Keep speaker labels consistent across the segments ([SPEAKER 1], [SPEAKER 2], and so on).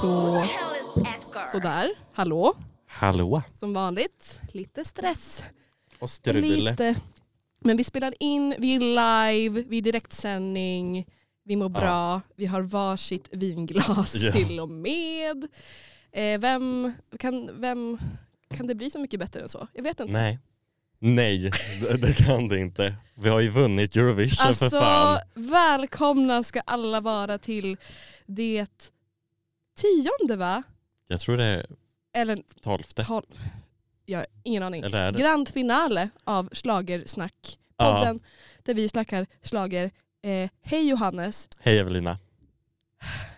[SPEAKER 1] Så sådär, hallå,
[SPEAKER 2] Hallå
[SPEAKER 1] som vanligt. Lite stress.
[SPEAKER 2] och strul.
[SPEAKER 1] Lite. Men vi spelar in, vi är live, vi är direktsändning, vi mår
[SPEAKER 2] Ja.
[SPEAKER 1] bra, vi har varsitt vinglas
[SPEAKER 2] Ja.
[SPEAKER 1] till och med. Eh, vem, kan, vem kan det bli så mycket bättre än så? Jag vet inte.
[SPEAKER 2] Nej. Nej, det, det kan det inte. Vi har ju vunnit Eurovision för
[SPEAKER 1] Alltså
[SPEAKER 2] fan.
[SPEAKER 1] välkomna ska alla vara till det tionde va?
[SPEAKER 2] Jag tror det är
[SPEAKER 1] Eller
[SPEAKER 2] tolfte.
[SPEAKER 1] tolv? Jag har ingen aning.
[SPEAKER 2] Eller är det?
[SPEAKER 1] Grand finale av Schlagersnack.
[SPEAKER 2] Ja.
[SPEAKER 1] Podden där vi snackar slager. Eh, hej Johannes.
[SPEAKER 2] Hej Evelina.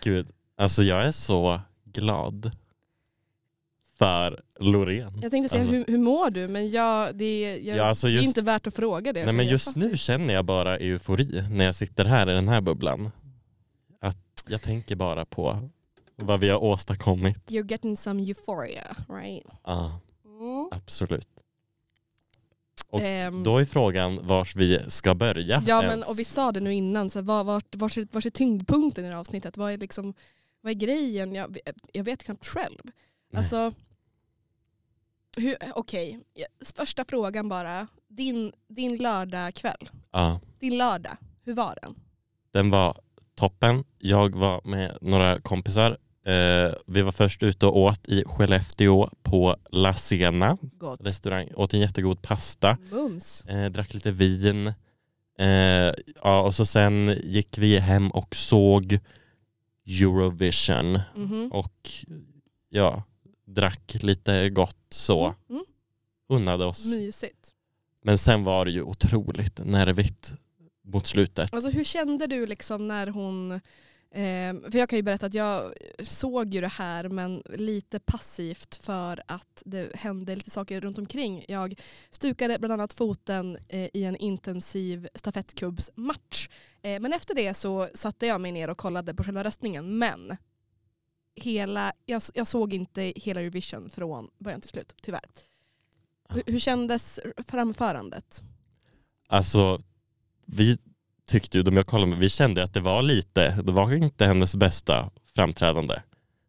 [SPEAKER 2] Gud, alltså jag är så glad för Loreen.
[SPEAKER 1] Jag tänkte säga
[SPEAKER 2] Alltså.
[SPEAKER 1] hur, hur mår du? Men jag, det, jag,
[SPEAKER 2] Ja, alltså
[SPEAKER 1] det är
[SPEAKER 2] just-
[SPEAKER 1] inte värt att fråga det.
[SPEAKER 2] Nej
[SPEAKER 1] för
[SPEAKER 2] men
[SPEAKER 1] jag
[SPEAKER 2] just
[SPEAKER 1] fattar.
[SPEAKER 2] nu känner jag bara eufori när jag sitter här i den här bubblan. Att jag tänker bara på vad vi har åstadkommit.
[SPEAKER 1] You're getting some euphoria right?
[SPEAKER 2] Ah.
[SPEAKER 1] Mm.
[SPEAKER 2] Absolut. Och
[SPEAKER 1] Ehm.
[SPEAKER 2] då är frågan vars vi ska börja.
[SPEAKER 1] Ja men
[SPEAKER 2] ens.
[SPEAKER 1] och vi sa det nu innan, så här, var, vart, vart, är, vart är tyngdpunkten i det här avsnittet? Vad är, liksom, vad är grejen? Jag, jag vet knappt själv.
[SPEAKER 2] Nej.
[SPEAKER 1] Alltså, hur- okej, första frågan bara. Din, din lördagkväll,
[SPEAKER 2] Ja,
[SPEAKER 1] din lördag, hur var den?
[SPEAKER 2] den var toppen. Jag var med några kompisar. Eh, vi var först ute och åt i Skellefteå på La Sena
[SPEAKER 1] Gott.
[SPEAKER 2] restaurang. Åt en jättegod pasta.
[SPEAKER 1] Mums.
[SPEAKER 2] Eh, drack lite vin. Eh, ja, och så sen gick vi hem och såg Eurovision.
[SPEAKER 1] Mhm.
[SPEAKER 2] Och ja, drack lite gott så.
[SPEAKER 1] Mm.
[SPEAKER 2] Unnade oss.
[SPEAKER 1] Mysigt.
[SPEAKER 2] Men sen var det ju otroligt nervigt mot slutet.
[SPEAKER 1] Alltså hur kände du liksom när hon, eh, för jag kan ju berätta att jag såg ju det här men lite passivt för att det hände lite saker runt omkring. Jag stukade bland annat foten eh, i en intensiv stafettkubbsmatch. Eh, men efter det så satte jag mig ner och kollade på själva röstningen men hela, jag, jag såg inte hela Eurovision från början till slut, tyvärr. Hur, hur kändes framförandet?
[SPEAKER 2] Alltså, vi tyckte ju, de jag kollade med, vi kände att det var lite, det var inte hennes bästa framträdande.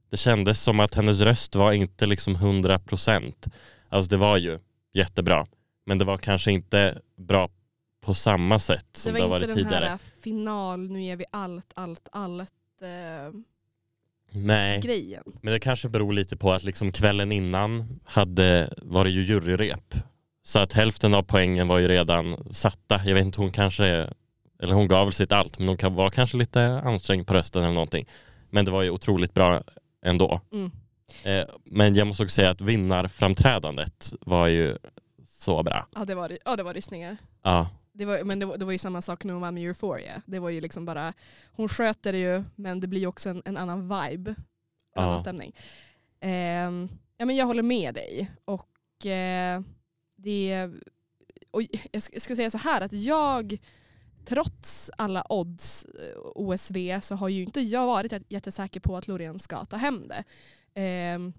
[SPEAKER 2] Det kändes som att hennes röst var inte liksom 100 procent. Alltså det var ju jättebra, men det var kanske inte bra på samma sätt som det,
[SPEAKER 1] det
[SPEAKER 2] har
[SPEAKER 1] var
[SPEAKER 2] varit
[SPEAKER 1] inte den
[SPEAKER 2] tidigare.
[SPEAKER 1] här äh, final, nu ger vi allt, allt, allt eh,
[SPEAKER 2] Nej,
[SPEAKER 1] grejen.
[SPEAKER 2] men det kanske beror lite på att liksom kvällen innan hade, var det ju juryrep. Så att hälften av poängen var ju redan satta. Jag vet inte, hon kanske, eller hon gav väl sitt allt, men hon kan, var kanske lite ansträngd på rösten eller någonting. Men det var ju otroligt bra ändå.
[SPEAKER 1] Mm.
[SPEAKER 2] Eh, men jag måste också säga att vinnarframträdandet var ju så bra.
[SPEAKER 1] Ja, det var, ja, det var rysningar.
[SPEAKER 2] Ja,
[SPEAKER 1] Det var, men det var, det var ju samma sak när hon var med Euphoria. Det var ju liksom bara, hon sköter det ju men det blir ju också en, en annan vibe, en
[SPEAKER 2] Ja.
[SPEAKER 1] annan stämning. Ehm, ja, men jag håller med dig. Och, eh, det, och jag ska, jag ska säga så här att jag trots alla odds eh, OSV så har ju inte jag varit jät- jättesäker på att Loreen ska ta hem det. Ehm,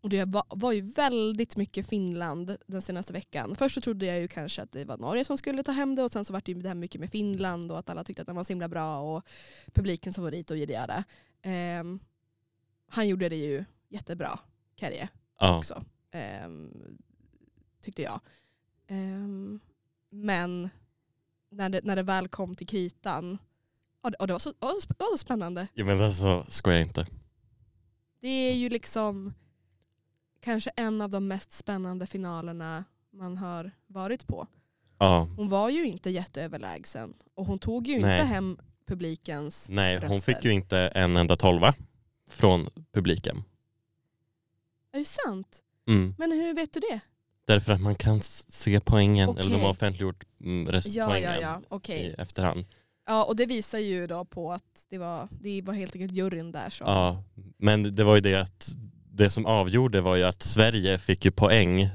[SPEAKER 1] och det var, var ju väldigt mycket Finland den senaste veckan. Först så trodde jag ju kanske att det var Norge som skulle ta hem det och sen så var det ju det här mycket med Finland och att alla tyckte att den var så himla bra och publikens favorit och jiddiada. Ehm, han gjorde det ju jättebra, Kerje
[SPEAKER 2] ja.
[SPEAKER 1] också. Ehm, tyckte jag. Ehm, men när det, när det väl kom till kritan, och det, och det, var, så, det, var, så, det var så spännande.
[SPEAKER 2] Jag menar så alltså, skojar jag inte.
[SPEAKER 1] Det är ju liksom kanske en av de mest spännande finalerna man har varit på.
[SPEAKER 2] Ja.
[SPEAKER 1] Hon var ju inte jätteöverlägsen och hon tog ju
[SPEAKER 2] Nej.
[SPEAKER 1] inte hem publikens.
[SPEAKER 2] Nej, hon
[SPEAKER 1] Röster.
[SPEAKER 2] fick ju inte en enda tolva från publiken.
[SPEAKER 1] Är det sant?
[SPEAKER 2] Mm.
[SPEAKER 1] Men hur vet du det?
[SPEAKER 2] Därför att man kan s- se poängen,
[SPEAKER 1] Okej.
[SPEAKER 2] eller de har offentliggjort mm,
[SPEAKER 1] Ja,
[SPEAKER 2] restpoängen
[SPEAKER 1] ja, ja. Okej.
[SPEAKER 2] i efterhand.
[SPEAKER 1] Ja, och det visar ju då på att det var, det var helt enkelt juryn där som...
[SPEAKER 2] Ja. Men det var ju det att det som avgjorde var ju att Sverige fick ju poäng,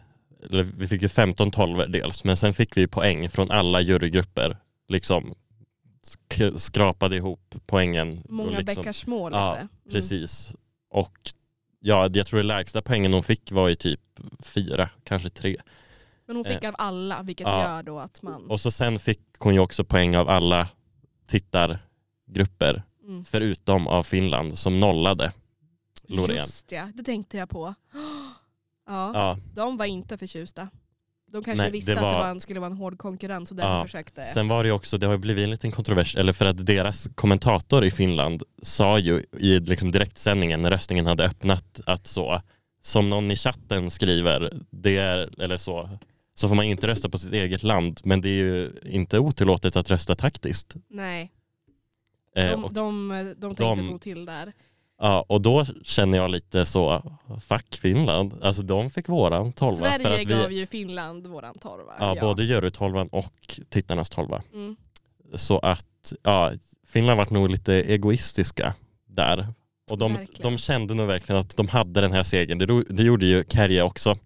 [SPEAKER 2] eller vi fick ju 15 12 dels, men sen fick vi ju poäng från alla jurygrupper. Liksom sk- skrapade ihop poängen. och
[SPEAKER 1] Många
[SPEAKER 2] liksom,
[SPEAKER 1] bäckar små lite.
[SPEAKER 2] Ja,
[SPEAKER 1] Mm.
[SPEAKER 2] Precis. Och ja, jag tror det lägsta poängen hon fick var ju typ fyra, kanske tre.
[SPEAKER 1] Mm. Men hon fick av alla, vilket
[SPEAKER 2] Eh, ja.
[SPEAKER 1] gör då att man...
[SPEAKER 2] Och så sen fick hon ju också poäng av alla tittargrupper
[SPEAKER 1] Mm.
[SPEAKER 2] förutom av Finland som nollade. Loreen.
[SPEAKER 1] Just ja, det tänkte jag på. Ja,
[SPEAKER 2] Ja,
[SPEAKER 1] de var inte förtjusta. De kanske
[SPEAKER 2] Nej,
[SPEAKER 1] visste
[SPEAKER 2] det
[SPEAKER 1] att det
[SPEAKER 2] var-
[SPEAKER 1] var en, skulle vara en hård konkurrens och därför
[SPEAKER 2] Ja,
[SPEAKER 1] försökte.
[SPEAKER 2] Sen var det ju också, det har ju blivit en liten kontrovers, eller för att deras kommentator i Finland sa ju i liksom direktsändningen när röstningen hade öppnat att så, som någon i chatten skriver, det är, eller så, så får man inte rösta på sitt eget land, men det är ju inte otillåtet att rösta taktiskt.
[SPEAKER 1] Nej,
[SPEAKER 2] Eh,
[SPEAKER 1] de,
[SPEAKER 2] och,
[SPEAKER 1] de, de tänkte
[SPEAKER 2] de-
[SPEAKER 1] nog till där.
[SPEAKER 2] ja, och då känner jag lite så, fuck Finland, alltså de fick våran tolva. för
[SPEAKER 1] Sverige
[SPEAKER 2] att
[SPEAKER 1] gav ju Finland våran torva.
[SPEAKER 2] ja, både jurystolvan och tittarnas tolva.
[SPEAKER 1] Mm.
[SPEAKER 2] Så att ja, Finland varit nog lite egoistiska där. Och de,
[SPEAKER 1] Verkligen.
[SPEAKER 2] de kände nog verkligen att de hade den här segern. Det, ro- det gjorde ju Kärje också.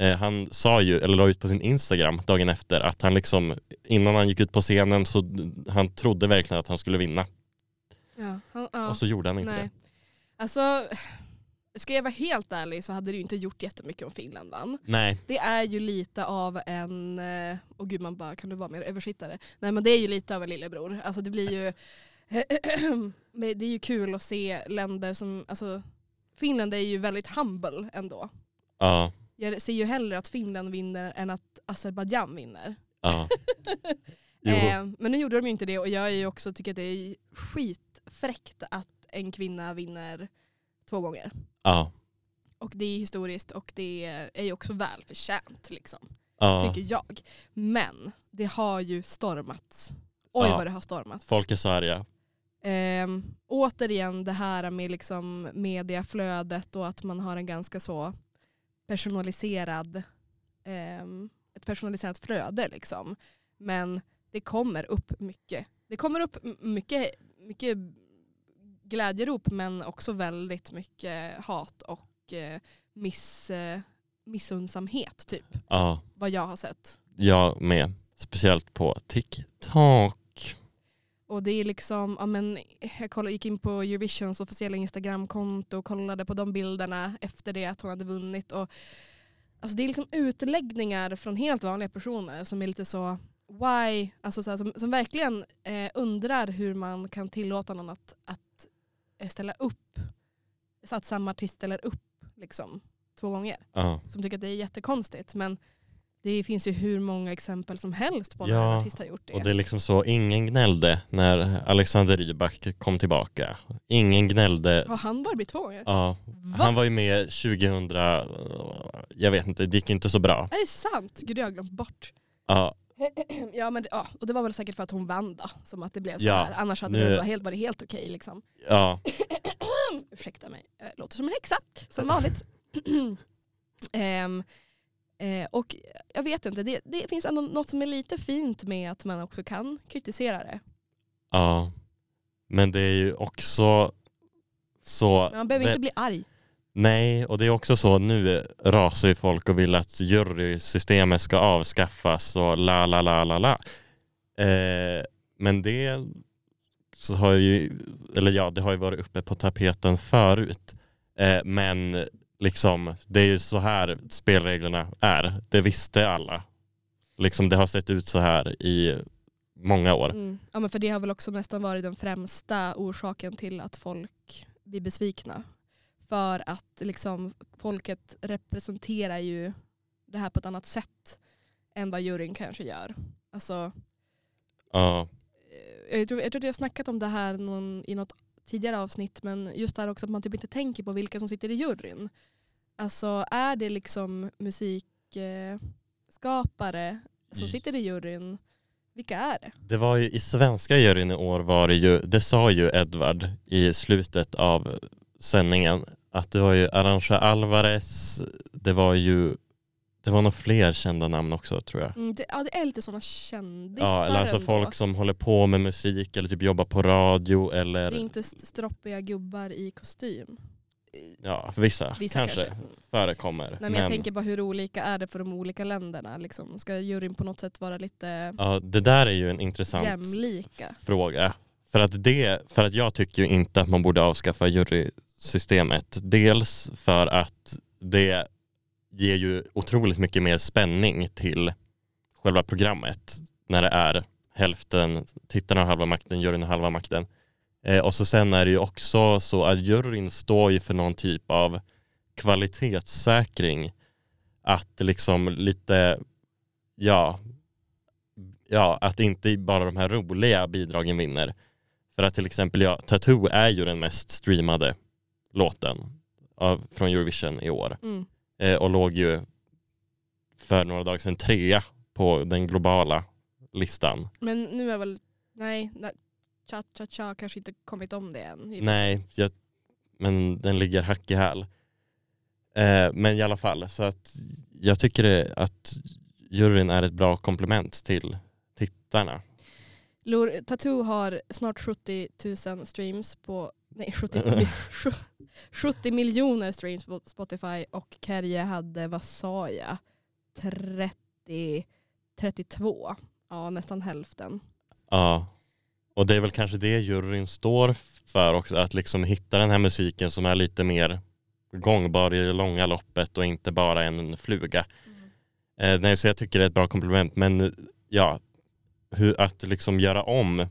[SPEAKER 2] Eh, han sa ju, eller la ut på sin Instagram dagen efter, att han liksom innan han gick ut på scenen så d- han trodde verkligen att han skulle vinna.
[SPEAKER 1] Ja, han, ja.
[SPEAKER 2] Och så gjorde han inte
[SPEAKER 1] Nej. Alltså, ska jag vara helt ärlig så hade det ju inte gjort jättemycket om Finland vann.
[SPEAKER 2] det. Nej,
[SPEAKER 1] Det är ju lite av en, eh, och gud man bara kan du vara mer översittare? Nej men det är ju lite av en lillebror. Alltså det blir ju, men det är ju kul att se länder som, alltså Finland är ju väldigt humble ändå.
[SPEAKER 2] ja,
[SPEAKER 1] Jag ser ju hellre att Finland vinner än att Azerbajdzjan vinner.
[SPEAKER 2] ja. Jo,
[SPEAKER 1] Eh, men nu gjorde de ju inte det och jag är ju också, tycker att det är skitfräckt att en kvinna vinner två gånger.
[SPEAKER 2] ja,
[SPEAKER 1] Och det är historiskt och det är ju också välförtjänt liksom,
[SPEAKER 2] ja.
[SPEAKER 1] tycker jag. Men det har ju stormats. Oj
[SPEAKER 2] Ja.
[SPEAKER 1] vad det har stormats.
[SPEAKER 2] Folk är så arga.
[SPEAKER 1] Ehm, återigen det här med liksom mediaflödet och att man har en ganska så personaliserad, ehm, ett personaliserat flöde. Liksom. Men det kommer upp mycket. Det kommer upp m- mycket, mycket glädjerop men också väldigt mycket hat och eh, miss, eh, missundsamhet typ.
[SPEAKER 2] Ja,
[SPEAKER 1] Vad jag har sett.
[SPEAKER 2] jag med. Speciellt på TikTok.
[SPEAKER 1] Och det är liksom, ja men, jag kollade, gick in på Eurovisions officiella Instagramkonto och kollade på de bilderna efter det att hon hade vunnit. Och, alltså det är liksom utläggningar från helt vanliga personer som är lite så why, alltså så här, som, som verkligen eh, undrar hur man kan tillåta någon att, att eh, ställa upp, så att samma artist ställer upp liksom, två gånger.
[SPEAKER 2] Ja.
[SPEAKER 1] Som tycker att det är jättekonstigt. Men det finns ju hur många exempel som helst på när
[SPEAKER 2] Ja,
[SPEAKER 1] en artist har gjort det.
[SPEAKER 2] Och det är liksom så, ingen gnällde när Alexander Rybak kom tillbaka. Ingen gnällde.
[SPEAKER 1] Har han bara blivit två gånger?
[SPEAKER 2] Ja.
[SPEAKER 1] Va?
[SPEAKER 2] Han var ju med 2000, jag vet inte, det gick inte så bra.
[SPEAKER 1] Är det sant? Gud, det har jag glömt bort.
[SPEAKER 2] Ja,
[SPEAKER 1] Ja, men, det- ja, och det var väl säkert för att hon vann då, som att det blev så
[SPEAKER 2] Ja,
[SPEAKER 1] här. Annars hade
[SPEAKER 2] nu-
[SPEAKER 1] det varit helt, varit helt okej. Liksom.
[SPEAKER 2] ja,
[SPEAKER 1] Ursäkta mig, jag låter som en häxa, som vanligt. Ehm, eh, och jag vet inte, det, det finns ändå något som är lite fint med att man också kan kritisera det.
[SPEAKER 2] ja. Men det är ju också så.
[SPEAKER 1] Men man behöver
[SPEAKER 2] det,
[SPEAKER 1] inte bli arg.
[SPEAKER 2] Nej, och det är också så, nu rasar ju folk och vill att jurysystemet ska avskaffas och la la la la la. Eh, men det så har ju, eller ja, det har ju varit uppe på tapeten förut. Eh, men liksom, det är ju så här spelreglerna är. Det visste alla. Liksom det har sett ut så här i många år.
[SPEAKER 1] Mm. Ja, men för det har väl också nästan varit den främsta orsaken till att folk blir besvikna. För att liksom, folket representerar ju det här på ett annat sätt än vad juryn kanske gör. Alltså,
[SPEAKER 2] Ja,
[SPEAKER 1] eh, jag tror, jag tror att jag har snackat om det här någon, i något tidigare avsnitt men just det här också att man typ inte tänker på vilka som sitter i juryn. Alltså är det liksom musikskapare eh, skapare som
[SPEAKER 2] I-
[SPEAKER 1] sitter i juryn, vilka är det?
[SPEAKER 2] Det var ju i svenska juryn i år var det ju, det sa ju Edvard i slutet av sändningen, att det var ju Arantxa Alvarez, det var ju, det var nog fler kända namn också tror jag.
[SPEAKER 1] Mm, det, ja det är lite sådana kändisar
[SPEAKER 2] Ja, eller alltså
[SPEAKER 1] ändå.
[SPEAKER 2] folk som håller på med musik eller typ jobbar på radio
[SPEAKER 1] Det
[SPEAKER 2] eller
[SPEAKER 1] är inte st- stroppiga gubbar i kostym.
[SPEAKER 2] ja, vissa,
[SPEAKER 1] Vissa
[SPEAKER 2] kanske,
[SPEAKER 1] kanske. Mm.
[SPEAKER 2] förekommer.
[SPEAKER 1] Nej, men jag tänker bara hur olika är det för de olika länderna? Liksom? Ska juryn på något sätt vara lite
[SPEAKER 2] ja, det där är ju en intressant
[SPEAKER 1] jämlika?
[SPEAKER 2] fråga. För att, det, för att jag tycker ju inte att man borde avskaffa jurysystemet. Dels för att det ger ju otroligt mycket mer spänning till själva programmet när det är hälften tittarna har halva makten, juryn har halva makten. Eh, och så sen är det ju också så att juryn står ju för någon typ av kvalitetssäkring. Att liksom lite, ja, ja, att inte bara de här roliga bidragen vinner. För att till exempel, ja, Tattoo är ju den mest streamade låten av, från Eurovision i år.
[SPEAKER 1] Mm.
[SPEAKER 2] Eh, och låg ju för några dagar sedan trea på den globala listan.
[SPEAKER 1] Men nu är väl, nej, na- Cha Cha Cha kanske inte kommit om det än.
[SPEAKER 2] Nej, jag, men den ligger hack i häl. Eh, men i alla fall, så att jag tycker det, att juryn är ett bra komplement till tittarna.
[SPEAKER 1] Lor, Tattoo har snart 70 000 streams på, nej 70, 70 miljoner streams på Spotify och Kerje hade, vad sa jag, 30, 32. Ja nästan hälften.
[SPEAKER 2] Ja. Och det är väl kanske det juryn står för också, att liksom hitta den här musiken som är lite mer gångbar i det långa loppet och inte bara en fluga. Eh, nej, så jag tycker det är ett bra komplement. Men ja, hur, att liksom göra om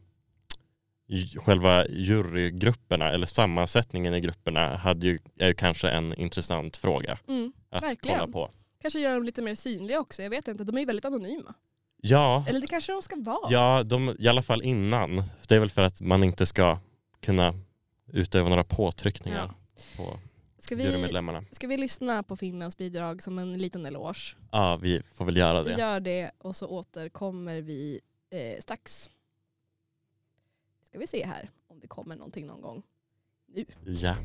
[SPEAKER 2] j- själva jurygrupperna eller sammansättningen i grupperna hade ju, är ju kanske en intressant fråga
[SPEAKER 1] Mm.
[SPEAKER 2] att
[SPEAKER 1] Verkligen.
[SPEAKER 2] kolla på.
[SPEAKER 1] Kanske göra dem lite mer synliga också, jag vet inte, de är ju väldigt anonyma.
[SPEAKER 2] Ja,
[SPEAKER 1] Eller det kanske de ska vara.
[SPEAKER 2] ja de, i alla fall innan. Det är väl för att man inte ska kunna utöva några påtryckningar
[SPEAKER 1] Ja.
[SPEAKER 2] på
[SPEAKER 1] Ska, vi,
[SPEAKER 2] jurymedlemmarna.
[SPEAKER 1] ska vi lyssna på Finlands bidrag som en liten eloge?
[SPEAKER 2] Ja, vi får väl göra det.
[SPEAKER 1] Vi gör det och så återkommer vi eh, strax. Ska vi se här om det kommer någonting någon gång.
[SPEAKER 2] Ja.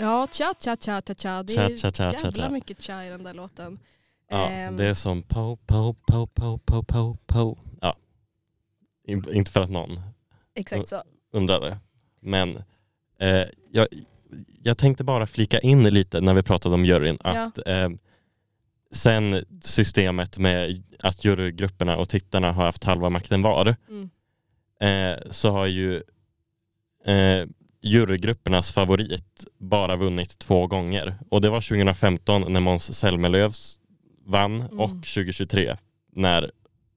[SPEAKER 1] Ja, tja tja tja tja tja. Det är
[SPEAKER 2] Tja, tja, tja, tja,
[SPEAKER 1] jävla
[SPEAKER 2] tja.
[SPEAKER 1] mycket tja i den där låten.
[SPEAKER 2] Ja,
[SPEAKER 1] Ehm,
[SPEAKER 2] det är som po, po, po, po, po, po, po. Ja. In, inte för att någon
[SPEAKER 1] Exakt så.
[SPEAKER 2] undrade. Men eh, jag, jag tänkte bara flika in lite när vi pratade om juryn. Att, eh, sen systemet med att jurygrupperna och tittarna har haft halva makten var
[SPEAKER 1] Mm.
[SPEAKER 2] eh, så har ju eh, jurygruppernas favorit bara vunnit två gånger. Och det var 2015 när Måns Zelmerlöws vann
[SPEAKER 1] Mm.
[SPEAKER 2] och 2023 när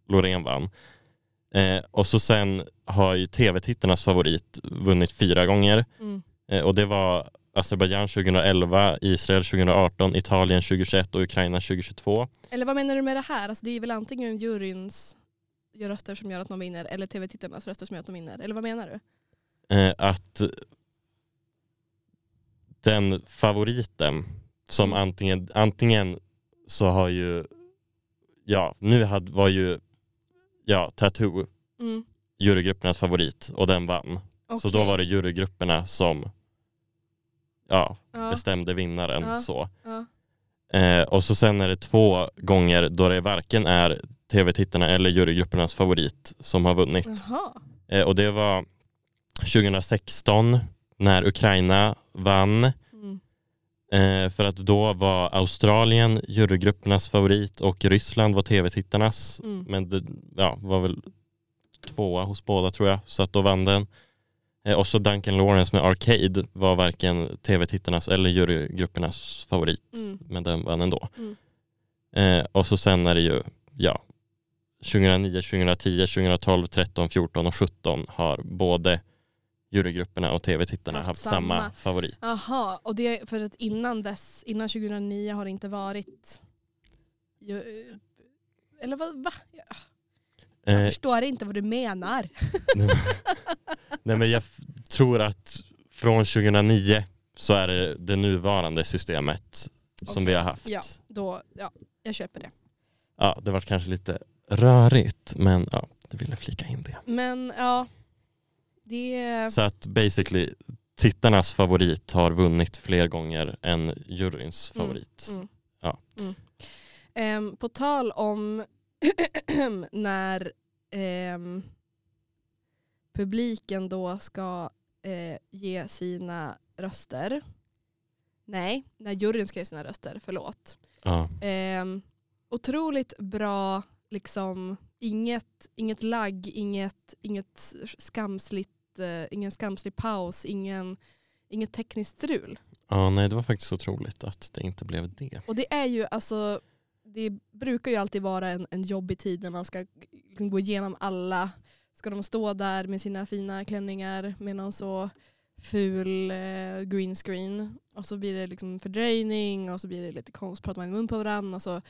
[SPEAKER 2] Loreen vann. Eh, och så sen har ju tv-tittarnas favorit vunnit fyra gånger.
[SPEAKER 1] Mm.
[SPEAKER 2] Eh, och det var Azerbajdzjan 2011, Israel 2018, Italien 2021 och Ukraina 2022.
[SPEAKER 1] Eller vad menar du med det här? Alltså, det är väl antingen juryns röster som gör att någon vinner eller tv-tittarnas röster som gör att de vinner. Eller vad menar du?
[SPEAKER 2] eh, att den favoriten som
[SPEAKER 1] Mm.
[SPEAKER 2] antingen, antingen så har ju, ja nu hade, var ju ja, Tattoo
[SPEAKER 1] Mm.
[SPEAKER 2] jurygruppernas favorit och den vann. Så då
[SPEAKER 1] okej.
[SPEAKER 2] var det jurygrupperna som ja,
[SPEAKER 1] ja,
[SPEAKER 2] bestämde vinnaren.
[SPEAKER 1] Ja.
[SPEAKER 2] Så.
[SPEAKER 1] ja.
[SPEAKER 2] Eh, och så sen är det två gånger då det varken är tv-tittarna eller jurygruppernas favorit som har vunnit.
[SPEAKER 1] Jaha.
[SPEAKER 2] Eh, och det var 2016 när Ukraina vann.
[SPEAKER 1] Mm.
[SPEAKER 2] Eh, för att då var Australien jurygruppernas favorit och Ryssland var tv-tittarnas.
[SPEAKER 1] Mm.
[SPEAKER 2] Men det ja, var väl tvåa hos båda tror jag, så att då vann den. Eh, och så Duncan Lawrence med Arcade var varken tv-tittarnas eller jurygruppernas favorit.
[SPEAKER 1] Mm.
[SPEAKER 2] Men den vann ändå.
[SPEAKER 1] Mm.
[SPEAKER 2] Eh, och så sen är det ju, ja, 2009, 2010, 2012, 13, 14 och 17 har både jurygrupperna och tv-tittarna
[SPEAKER 1] Haft
[SPEAKER 2] haft, samma.
[SPEAKER 1] samma.
[SPEAKER 2] favorit.
[SPEAKER 1] Jaha, och det är för att innan dess, innan 2009 har det inte varit... ju- Eller vad? Va? Jag
[SPEAKER 2] Eh,
[SPEAKER 1] förstår inte vad du menar.
[SPEAKER 2] Nej men jag f- tror att från 2009 så är det det nuvarande systemet som
[SPEAKER 1] Okej.
[SPEAKER 2] vi har haft.
[SPEAKER 1] Ja, då, ja, jag köper det.
[SPEAKER 2] Ja, det var kanske lite rörigt men ja, det ville flika in det.
[SPEAKER 1] Men ja, det...
[SPEAKER 2] Så att basically tittarnas favorit har vunnit fler gånger än juryns
[SPEAKER 1] Mm,
[SPEAKER 2] favorit.
[SPEAKER 1] mm.
[SPEAKER 2] Ja.
[SPEAKER 1] Mm. Ehm, på tal om när ehm, publiken då ska eh, ge sina röster. Nej, när juryn ska ge sina röster, förlåt.
[SPEAKER 2] Ja.
[SPEAKER 1] Ehm, otroligt bra, liksom, inget, inget lagg, inget, inget skamsligt, eh, ingen skamslig paus, ingen, inget tekniskt strul.
[SPEAKER 2] ja, nej det var faktiskt otroligt att det inte blev det.
[SPEAKER 1] Och det är ju alltså det brukar ju alltid vara en, en jobbig tid när man ska liksom gå igenom alla. Ska de stå där med sina fina klänningar med någon så ful eh, green screen och så blir det liksom fördröjning och så blir det lite konstigt, pratar man i mun på varandra och så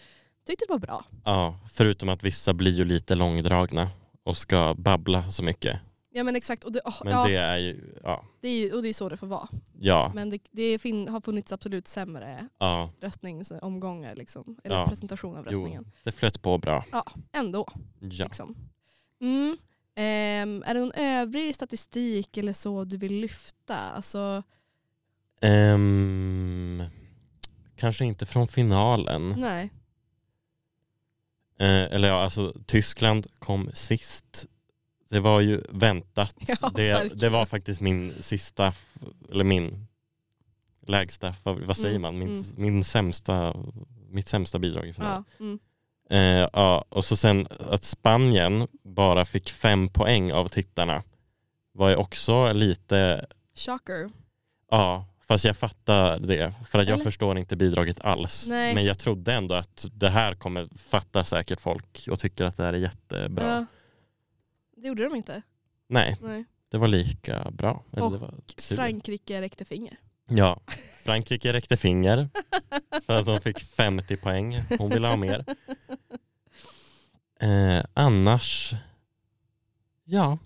[SPEAKER 1] tyckte det var bra.
[SPEAKER 2] Ja, förutom att vissa blir ju lite långdragna och ska babbla så mycket.
[SPEAKER 1] Ja men exakt, och det, oh,
[SPEAKER 2] Men
[SPEAKER 1] ja,
[SPEAKER 2] det är ju, ja.
[SPEAKER 1] det är ju och det är så det får vara.
[SPEAKER 2] Ja,
[SPEAKER 1] Men det, det fin, har funnits absolut sämre
[SPEAKER 2] ja,
[SPEAKER 1] röstningsomgångar, liksom, eller
[SPEAKER 2] Ja.
[SPEAKER 1] presentation av
[SPEAKER 2] Jo.
[SPEAKER 1] röstningen.
[SPEAKER 2] det flöt på bra.
[SPEAKER 1] Ändå.
[SPEAKER 2] Ja.
[SPEAKER 1] Liksom. Mm. Ehm, är det någon övrig statistik eller så du vill lyfta? Alltså,
[SPEAKER 2] Ehm, kanske inte från finalen.
[SPEAKER 1] nej.
[SPEAKER 2] Eh, eller ja, alltså Tyskland kom sist. Det var ju väntat.
[SPEAKER 1] Ja,
[SPEAKER 2] det, det
[SPEAKER 1] verkligen.
[SPEAKER 2] var faktiskt min sista, f- eller min lägsta, vad, vad säger
[SPEAKER 1] Mm,
[SPEAKER 2] man, min,
[SPEAKER 1] mm.
[SPEAKER 2] min sämsta, mitt sämsta bidrag i finalen.
[SPEAKER 1] Ja, mm.
[SPEAKER 2] Eh, ja, och så sen att Spanien bara fick fem poäng av tittarna var ju också lite,
[SPEAKER 1] Shocker.
[SPEAKER 2] ja, fast jag fattar det. För att jag
[SPEAKER 1] Eller?
[SPEAKER 2] förstår inte bidraget alls.
[SPEAKER 1] Nej.
[SPEAKER 2] Men jag trodde ändå att det här kommer fatta säkert folk och tycker att det här är jättebra.
[SPEAKER 1] Ja. det gjorde de inte.
[SPEAKER 2] Nej,
[SPEAKER 1] Nej.
[SPEAKER 2] det var lika bra. Eller
[SPEAKER 1] Och
[SPEAKER 2] det var tur.
[SPEAKER 1] Frankrike räckte finger.
[SPEAKER 2] Ja, Frankrike räckte finger för att de fick 50 poäng. Hon ville ha mer. Eh, annars, ja.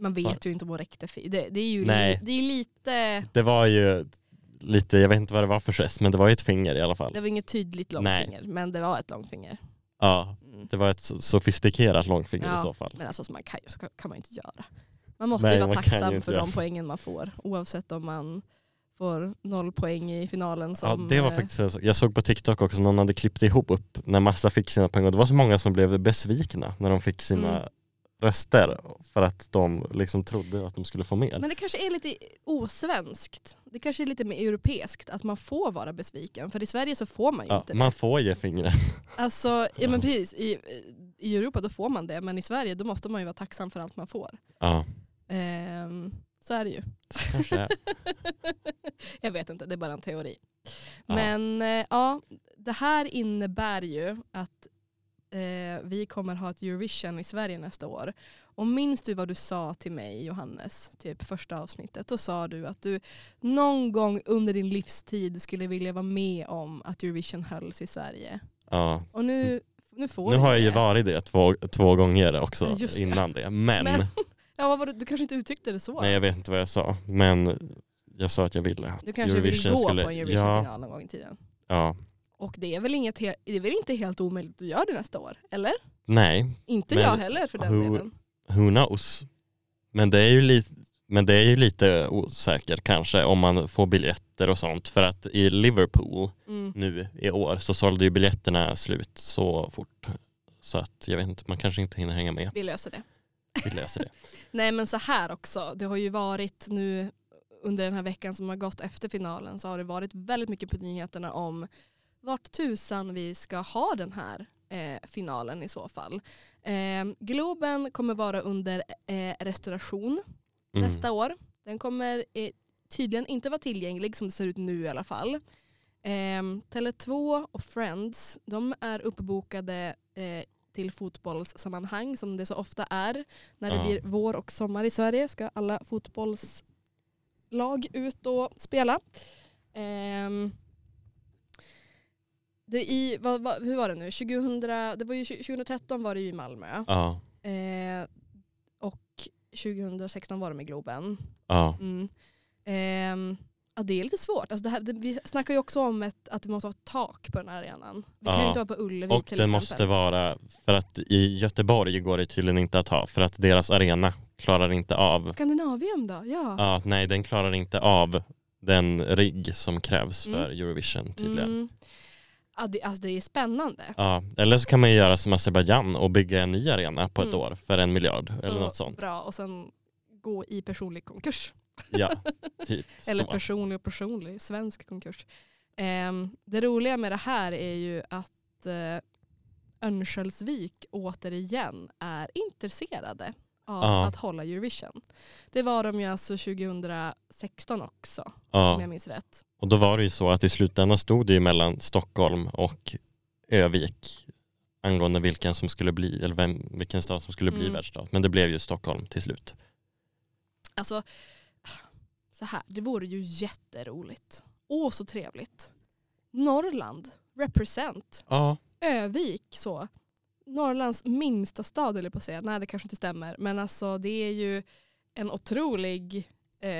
[SPEAKER 1] Man
[SPEAKER 2] Ja.
[SPEAKER 1] vet ju inte om hon räckte finger. Det, det är ju
[SPEAKER 2] Nej.
[SPEAKER 1] li, det är lite...
[SPEAKER 2] Det var ju lite, jag vet inte vad det var för gest, men det var ju ett finger i alla fall.
[SPEAKER 1] Det var inget tydligt
[SPEAKER 2] Nej.
[SPEAKER 1] långfinger, men det var ett långfinger.
[SPEAKER 2] Ja,
[SPEAKER 1] Mm.
[SPEAKER 2] det var ett so- sofistikerat långfinger
[SPEAKER 1] Ja,
[SPEAKER 2] i så fall.
[SPEAKER 1] Men alltså så man kan, ju- så kan kan man ju inte göra. Man måste
[SPEAKER 2] Nej,
[SPEAKER 1] ju vara
[SPEAKER 2] man kan ju
[SPEAKER 1] tacksam
[SPEAKER 2] inte
[SPEAKER 1] för
[SPEAKER 2] göra.
[SPEAKER 1] de poängen man får oavsett om man får noll poäng i finalen. Som,
[SPEAKER 2] Ja, det var
[SPEAKER 1] eh,
[SPEAKER 2] faktiskt, en så- jag såg på TikTok också, någon hade klippt ihop upp när massa fick sina poäng och det var så många som blev besvikna när de fick sina
[SPEAKER 1] Mm.
[SPEAKER 2] röster för att de liksom trodde att de skulle få mer.
[SPEAKER 1] Men det kanske är lite osvenskt. Det kanske är lite mer europeiskt att man får vara besviken. För i Sverige så får man ju
[SPEAKER 2] Ja,
[SPEAKER 1] inte det.
[SPEAKER 2] man får ge fingret.
[SPEAKER 1] Alltså, ja men precis. I, I Europa då får man det, men i Sverige då måste man ju vara tacksam för allt man får.
[SPEAKER 2] Ja,
[SPEAKER 1] Ehm, så är det ju.
[SPEAKER 2] så kanske det är.
[SPEAKER 1] Jag vet inte, det är bara en teori.
[SPEAKER 2] Ja.
[SPEAKER 1] Men eh, ja, det här innebär ju att eh, vi kommer ha ett Eurovision i Sverige nästa år. Och minns du vad du sa till mig Johannes, typ första avsnittet? Då sa du att du någon gång under din livstid skulle vilja vara med om att Eurovision hölls i Sverige.
[SPEAKER 2] Ja.
[SPEAKER 1] Och nu, nu får
[SPEAKER 2] Mm. Nu
[SPEAKER 1] vi
[SPEAKER 2] har jag
[SPEAKER 1] det.
[SPEAKER 2] ju varit det två, två gånger
[SPEAKER 1] Ja,
[SPEAKER 2] också
[SPEAKER 1] just det.
[SPEAKER 2] innan det. Men,
[SPEAKER 1] Men- Ja, vad var det? Du kanske inte uttryckte det så?
[SPEAKER 2] nej jag vet inte vad jag sa. Men jag sa att jag ville att
[SPEAKER 1] du kanske
[SPEAKER 2] Eurovision
[SPEAKER 1] vill gå
[SPEAKER 2] skulle,
[SPEAKER 1] på en Eurovision-final
[SPEAKER 2] Ja,
[SPEAKER 1] någon gång i tiden.
[SPEAKER 2] ja.
[SPEAKER 1] Och det är, väl inget he- det är väl inte helt omöjligt att du gör det nästa år? Eller?
[SPEAKER 2] Nej,
[SPEAKER 1] Inte
[SPEAKER 2] Men
[SPEAKER 1] jag heller för den
[SPEAKER 2] hur-
[SPEAKER 1] delen.
[SPEAKER 2] who knows. Men det är ju lite men det är ju lite osäkert kanske om man får biljetter och sånt för att i Liverpool
[SPEAKER 1] Mm.
[SPEAKER 2] nu i år så sålde ju biljetterna slut så fort så att jag vet inte, man kanske inte hinner hänga med.
[SPEAKER 1] Vi löser det.
[SPEAKER 2] Vi läser det.
[SPEAKER 1] Nej men så här också, det har ju varit nu under den här veckan som har gått efter finalen så har det varit väldigt mycket på nyheterna om vart tusan vi ska ha den här eh, finalen i så fall. Eh, Globen kommer vara under eh, restauration
[SPEAKER 2] Mm.
[SPEAKER 1] nästa år. Den kommer eh, tydligen inte vara tillgänglig som det ser ut nu i alla fall. Ehm, Tele2 och Friends de är uppbokade eh, till fotbollssammanhang som det så ofta är. När det
[SPEAKER 2] Ja.
[SPEAKER 1] blir vår och sommar i Sverige ska alla fotbollslag ut och spela. Ehm, det i, vad, vad, hur var det nu? 2000, det var ju, 2013 var det ju i Malmö.
[SPEAKER 2] Ja,
[SPEAKER 1] Eh, och 2016 var de i Globen.
[SPEAKER 2] ja,
[SPEAKER 1] Mm. Ehm, ja, det är lite svårt. Alltså det här, det, vi snackar ju också om ett, att det måste vara tak på den här arenan. Vi kan
[SPEAKER 2] Ja.
[SPEAKER 1] ju inte vara på Ullevi
[SPEAKER 2] Och
[SPEAKER 1] till
[SPEAKER 2] det
[SPEAKER 1] exempel.
[SPEAKER 2] måste vara, för att i Göteborg går det tydligen inte att ha för att deras arena klarar inte av,
[SPEAKER 1] Skandinavium då? Ja.
[SPEAKER 2] ja, nej den klarar inte av den rigg som krävs för Eurovision tydligen.
[SPEAKER 1] Mm. Ja, det, alltså det är spännande.
[SPEAKER 2] Ja, eller så kan man ju göra som Azerbajdzjan och bygga en ny arena på ett
[SPEAKER 1] Mm.
[SPEAKER 2] år för en miljard
[SPEAKER 1] Så
[SPEAKER 2] eller något sånt.
[SPEAKER 1] Bra, och sen gå i personlig konkurs.
[SPEAKER 2] Ja, typ
[SPEAKER 1] Eller
[SPEAKER 2] så.
[SPEAKER 1] personlig och personlig, svensk konkurs. Ehm, det roliga med det här är ju att eh, Örnsköldsvik återigen är intresserade av
[SPEAKER 2] Ja.
[SPEAKER 1] att hålla Eurovision. Det var de ju alltså 2016 också, om
[SPEAKER 2] Ja.
[SPEAKER 1] jag minns rätt.
[SPEAKER 2] Och då var det ju så att i slutändan stod det ju mellan Stockholm och Övik angående vilken som skulle bli, eller vem, vilken stad som skulle bli
[SPEAKER 1] Mm.
[SPEAKER 2] världsstat. Men det blev ju Stockholm till slut.
[SPEAKER 1] Alltså, så här, det vore ju jätteroligt. Åh, så trevligt. Norrland, represent.
[SPEAKER 2] Ja,
[SPEAKER 1] Övik så. Norrlands minsta stad eller på att säga. Nej det kanske inte stämmer. Men alltså det är ju en otrolig, eh,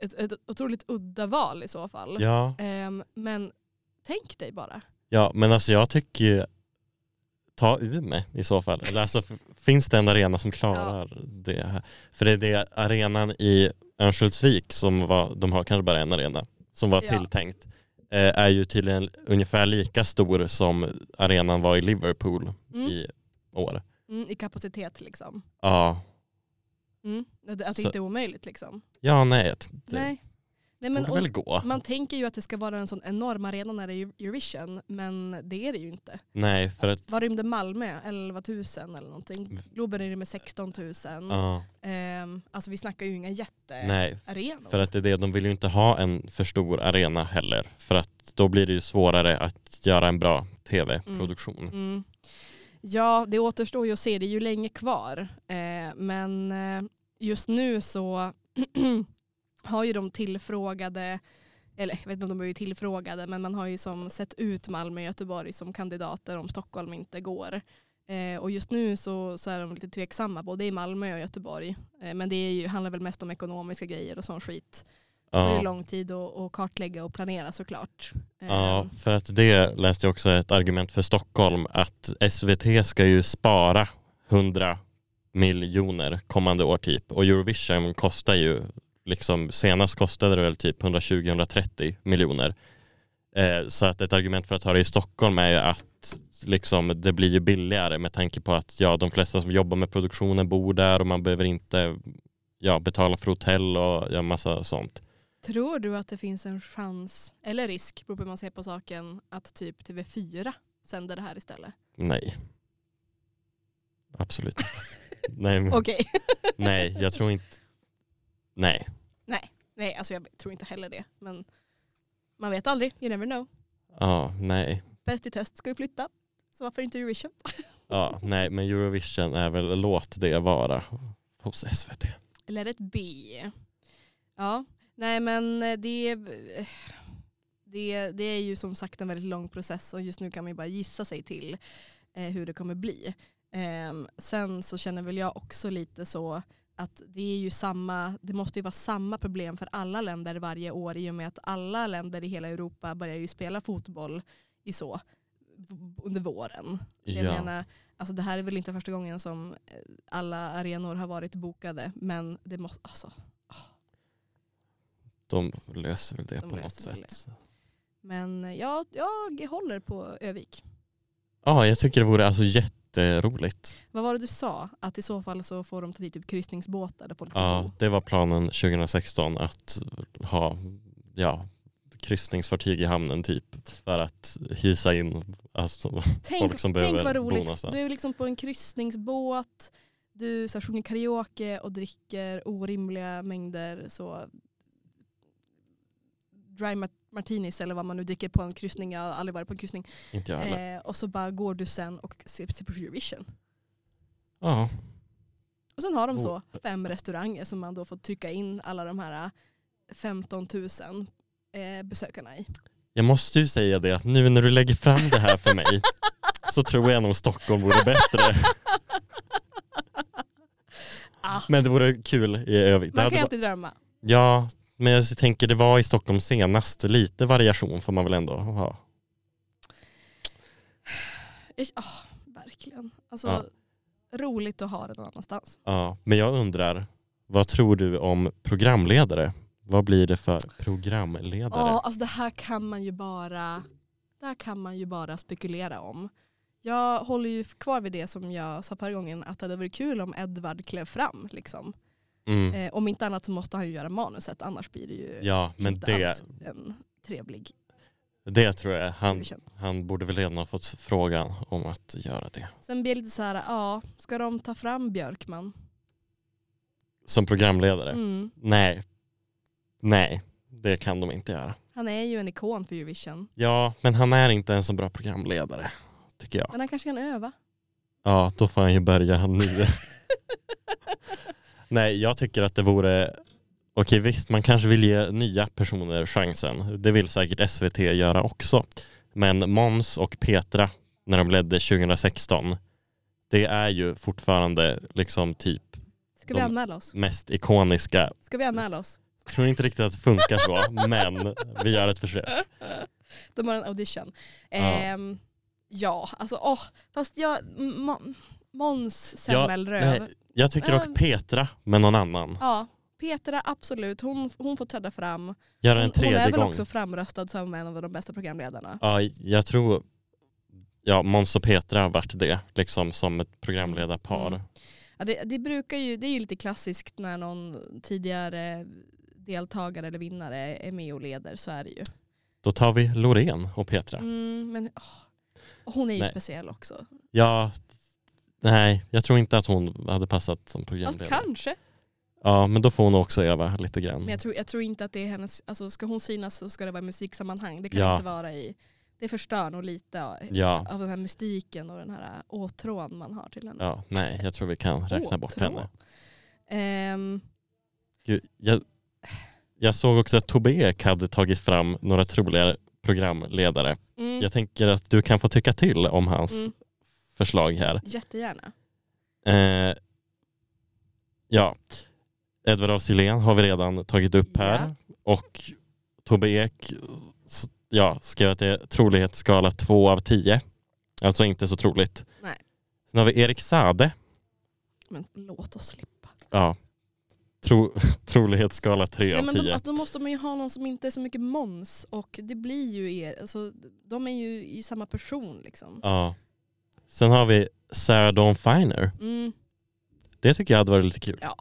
[SPEAKER 1] ett, ett otroligt udda val i så fall.
[SPEAKER 2] ja.
[SPEAKER 1] Ehm, men tänk dig bara.
[SPEAKER 2] ja men alltså jag tycker ju ta Umeå i så fall. Eller alltså, f- finns det en arena som klarar det här? För det är det arenan i Örnsköldsvik som var, de har kanske bara en arena, som var
[SPEAKER 1] Ja.
[SPEAKER 2] tilltänkt, eh, är ju tydligen ungefär lika stor som arenan var i Liverpool
[SPEAKER 1] Mm.
[SPEAKER 2] i år.
[SPEAKER 1] Mm, I kapacitet liksom.
[SPEAKER 2] Ja,
[SPEAKER 1] Mm. Att, att det
[SPEAKER 2] Så-
[SPEAKER 1] inte är omöjligt liksom.
[SPEAKER 2] ja nej, det
[SPEAKER 1] Nej. Nej, men,
[SPEAKER 2] borde
[SPEAKER 1] och,
[SPEAKER 2] väl gå.
[SPEAKER 1] man tänker ju att det ska vara en sån enorm arena när det är Eurovision, men det är det ju inte.
[SPEAKER 2] Nej, för att
[SPEAKER 1] Vad rymde Malmö? 11 000 eller
[SPEAKER 2] Mm.
[SPEAKER 1] någonting. Globen rymmer 16 000.
[SPEAKER 2] ja,
[SPEAKER 1] Ehm, alltså vi snackar ju inga jättearenor.
[SPEAKER 2] nej, För att det är det, de vill ju inte ha en för stor arena heller. För att då blir det ju svårare att göra en bra tv-produktion.
[SPEAKER 1] Mm. Ja, det återstår ju att se. Det är ju länge kvar. Eh, men eh, just nu så har ju de tillfrågade, eller jag vet inte om de är ju tillfrågade, men man har ju som sett ut Malmö och Göteborg som kandidater om Stockholm inte går. Eh, och just nu så, så är de lite tveksamma, både i Malmö och Göteborg. Eh, men det är ju, handlar väl mest om ekonomiska grejer och sån skit. Det är ju
[SPEAKER 2] Ja.
[SPEAKER 1] lång tid att, att kartlägga och planera såklart. Eh,
[SPEAKER 2] ja, för att det läste jag också är ett argument för Stockholm att SVT ska ju spara 100 miljoner kommande år typ. Och Eurovision kostar ju, liksom senast kostade det väl typ 120-130 miljoner. Eh, så att ett argument för att ha det i Stockholm är ju att liksom, det blir ju billigare med tanke på att ja, de flesta som jobbar med produktionen bor där och man behöver inte ja, betala för hotell och ja, massa sånt.
[SPEAKER 1] Tror du att det finns en chans, eller risk, beror på hur man ser på saken, att typ TV4 sänder det här istället?
[SPEAKER 2] Nej. Absolut. nej, men,
[SPEAKER 1] Okej.
[SPEAKER 2] nej, jag tror inte. Nej.
[SPEAKER 1] Nej, alltså jag tror inte heller det. Men man vet aldrig, you never know.
[SPEAKER 2] Ja, nej.
[SPEAKER 1] Bäst i test ska ju flytta. Så varför inte Eurovision?
[SPEAKER 2] Ja, nej, men Eurovision är väl låt det vara hos SVT.
[SPEAKER 1] Let it be. Ja, nej men eh, det, det, det är ju som sagt en väldigt lång process och just nu kan man ju bara gissa sig till eh, hur det kommer bli. Ehm, sen så känner väl jag också lite så att det är ju samma, det måste ju vara samma problem för alla länder varje år i och med att alla länder i hela Europa börjar ju spela fotboll i så v- under våren. Så jag
[SPEAKER 2] Ja.
[SPEAKER 1] menar, alltså det här är väl inte första gången som eh, alla arenor har varit bokade men det måste, alltså,
[SPEAKER 2] De löser väl det
[SPEAKER 1] De
[SPEAKER 2] på något
[SPEAKER 1] löser väl
[SPEAKER 2] sätt.
[SPEAKER 1] men jag, jag håller på Övik.
[SPEAKER 2] Ja, jag tycker det vore alltså jätteroligt.
[SPEAKER 1] Vad var det du sa? Att i så fall så får de ta dit typ kryssningsbåtar där folk får
[SPEAKER 2] Ja,
[SPEAKER 1] bo.
[SPEAKER 2] det var planen 2016 att ha ja, kryssningsfartyg i hamnen typ för att hysa in alltså,
[SPEAKER 1] Tänk,
[SPEAKER 2] folk
[SPEAKER 1] tänk
[SPEAKER 2] som behöver
[SPEAKER 1] vad
[SPEAKER 2] bo
[SPEAKER 1] roligt.
[SPEAKER 2] någonstans.
[SPEAKER 1] Du är liksom på en kryssningsbåt, du så här, sjunger karaoke och dricker orimliga mängder så dry ma- martinis eller vad man nu dricker på en kryssning. Jag har aldrig varit på en kryssning.
[SPEAKER 2] inte jag heller.
[SPEAKER 1] Eh, och så bara går du sen och ser, ser på Eurovision.
[SPEAKER 2] Ja,
[SPEAKER 1] Och sen har de
[SPEAKER 2] Oh.
[SPEAKER 1] så fem restauranger som man då får trycka in alla de här eh, 15 000 eh, besökarna i.
[SPEAKER 2] jag måste ju säga det att nu när du lägger fram det här för mig så tror jag nog Stockholm vore bättre.
[SPEAKER 1] Ah.
[SPEAKER 2] Men det vore kul i övrigt. Det
[SPEAKER 1] Man
[SPEAKER 2] hade
[SPEAKER 1] kan ju
[SPEAKER 2] va-
[SPEAKER 1] alltid drömma.
[SPEAKER 2] Ja, men jag tänker det var i Stockholm senast. Lite variation får man väl ändå ha.
[SPEAKER 1] Ish, ah, verkligen. Alltså,
[SPEAKER 2] Ja.
[SPEAKER 1] Roligt att ha det någon annanstans.
[SPEAKER 2] Ja, men jag undrar, vad tror du om programledare? Vad blir det för programledare?
[SPEAKER 1] Ja, alltså det här kan man ju bara det här kan man ju bara spekulera om. Jag håller ju kvar vid det som jag sa förra gången att det hade varit kul om Edvard klev fram. Liksom.
[SPEAKER 2] Mm.
[SPEAKER 1] Eh, om inte annat så måste han ju göra manuset annars blir det ju
[SPEAKER 2] Ja, men
[SPEAKER 1] inte
[SPEAKER 2] det,
[SPEAKER 1] alls en trevlig
[SPEAKER 2] det tror jag. Han,
[SPEAKER 1] Eurovision.
[SPEAKER 2] han borde väl redan ha fått frågan om att göra det.
[SPEAKER 1] Sen blir det lite så här, ja, ska de ta fram Björkman?
[SPEAKER 2] Som programledare?
[SPEAKER 1] Mm.
[SPEAKER 2] Nej. Nej, det kan de inte göra.
[SPEAKER 1] Han är ju en ikon för Eurovision.
[SPEAKER 2] Ja, men han är inte en så bra programledare, tycker jag.
[SPEAKER 1] Men han kanske kan öva.
[SPEAKER 2] Ja, då får han ju börja han nu. Nej, jag tycker att det vore... Okej, visst, man kanske vill ge nya personer chansen. Det vill säkert SVT göra också. Men Måns och Petra, när de ledde 2016, det är ju fortfarande liksom typ
[SPEAKER 1] Ska vi
[SPEAKER 2] De-
[SPEAKER 1] anmäla oss?
[SPEAKER 2] mest ikoniska.
[SPEAKER 1] Ska vi anmäla oss?
[SPEAKER 2] Tror inte riktigt att det funkar så, men vi gör ett försök.
[SPEAKER 1] De har en audition.
[SPEAKER 2] Ja.
[SPEAKER 1] Ehm, ja, alltså åh. Fast jag, M- M- Måns Semmelröv. Ja,
[SPEAKER 2] nej. Jag tycker
[SPEAKER 1] Äh.
[SPEAKER 2] dock Petra med någon annan.
[SPEAKER 1] Petra absolut, hon, hon får träda fram.
[SPEAKER 2] Gör
[SPEAKER 1] Hon, hon
[SPEAKER 2] en
[SPEAKER 1] är
[SPEAKER 2] tredje
[SPEAKER 1] väl
[SPEAKER 2] gång.
[SPEAKER 1] också framröstad som en av de bästa programledarna.
[SPEAKER 2] Ja, jag tror ja, Måns och Petra har varit det, liksom som ett programledarpar.
[SPEAKER 1] Mm. Ja, det, det, brukar ju, det är ju lite klassiskt när någon tidigare deltagare eller vinnare är med och leder, så är det ju.
[SPEAKER 2] Då tar vi Loreen och Petra.
[SPEAKER 1] Mm, men åh. Och hon är ju
[SPEAKER 2] Nej.
[SPEAKER 1] speciell också.
[SPEAKER 2] Ja, nej, jag tror inte att hon hade passat som
[SPEAKER 1] Fast
[SPEAKER 2] programledare.
[SPEAKER 1] kanske.
[SPEAKER 2] Ja, men då får hon också öva lite
[SPEAKER 1] Men
[SPEAKER 2] grann.
[SPEAKER 1] jag tror, jag tror inte att det är hennes, alltså ska hon synas så ska det vara i musiksammanhang. Det kan
[SPEAKER 2] Ja.
[SPEAKER 1] inte vara i, det förstör nog lite av,
[SPEAKER 2] Ja,
[SPEAKER 1] av den här mystiken och den här åtrån man har till henne.
[SPEAKER 2] ja, nej, jag tror vi kan räkna bort
[SPEAKER 1] Åtrå.
[SPEAKER 2] henne.
[SPEAKER 1] Ehm,
[SPEAKER 2] Gud, jag, jag såg också att Tobek hade tagit fram några troliga programledare.
[SPEAKER 1] mm,
[SPEAKER 2] Jag tänker att du kan få tycka till om hans
[SPEAKER 1] mm,
[SPEAKER 2] förslag här.
[SPEAKER 1] jättegärna.
[SPEAKER 2] Eh, ja, Edvard af Sillén har vi redan tagit upp här. Och Tobbe Ek s- ja, skrev att det är trolighetsskala 2 av 10. Alltså inte så troligt.
[SPEAKER 1] Nej.
[SPEAKER 2] Sen har vi Erik Sade.
[SPEAKER 1] Men låt oss slippa.
[SPEAKER 2] Ja. Tro, trolighetsskala 3
[SPEAKER 1] Nej,
[SPEAKER 2] av
[SPEAKER 1] men
[SPEAKER 2] 10.
[SPEAKER 1] de, alltså, då måste man ju ha någon som inte är så mycket Måns och det blir ju er, alltså, de är ju i samma person liksom.
[SPEAKER 2] Ja. Sen har vi Sarah Dawn Finer.
[SPEAKER 1] Mm,
[SPEAKER 2] Det tycker jag hade varit lite kul.
[SPEAKER 1] ja,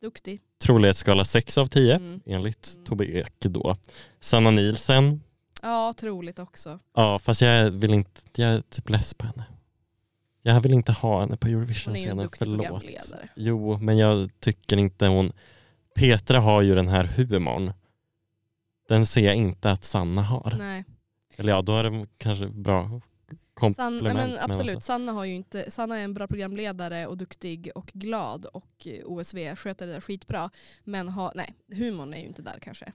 [SPEAKER 1] duktig.
[SPEAKER 2] Trolighetsskala 6 av 10
[SPEAKER 1] Mm.
[SPEAKER 2] enligt
[SPEAKER 1] Mm.
[SPEAKER 2] Tobbe Ek då. Sanna Nielsen.
[SPEAKER 1] Ja, troligt också.
[SPEAKER 2] Ja, fast jag vill inte, jag är typ less på henne. Jag vill inte ha henne på
[SPEAKER 1] Hon är ju en
[SPEAKER 2] Eurovision-scenen,
[SPEAKER 1] duktig
[SPEAKER 2] förlåt.
[SPEAKER 1] programledare.
[SPEAKER 2] Jo, men jag tycker inte hon... Petra har ju den här humorn. Den ser jag inte att Sanna har.
[SPEAKER 1] Nej.
[SPEAKER 2] Eller ja, då är det kanske bra komplement.
[SPEAKER 1] Sanna, nej, men absolut,
[SPEAKER 2] alltså-
[SPEAKER 1] Sanna, har ju inte, Sanna är en bra programledare och duktig och glad och eh, OSV sköter det där skitbra. Men ha, nej, humorn är ju inte där kanske.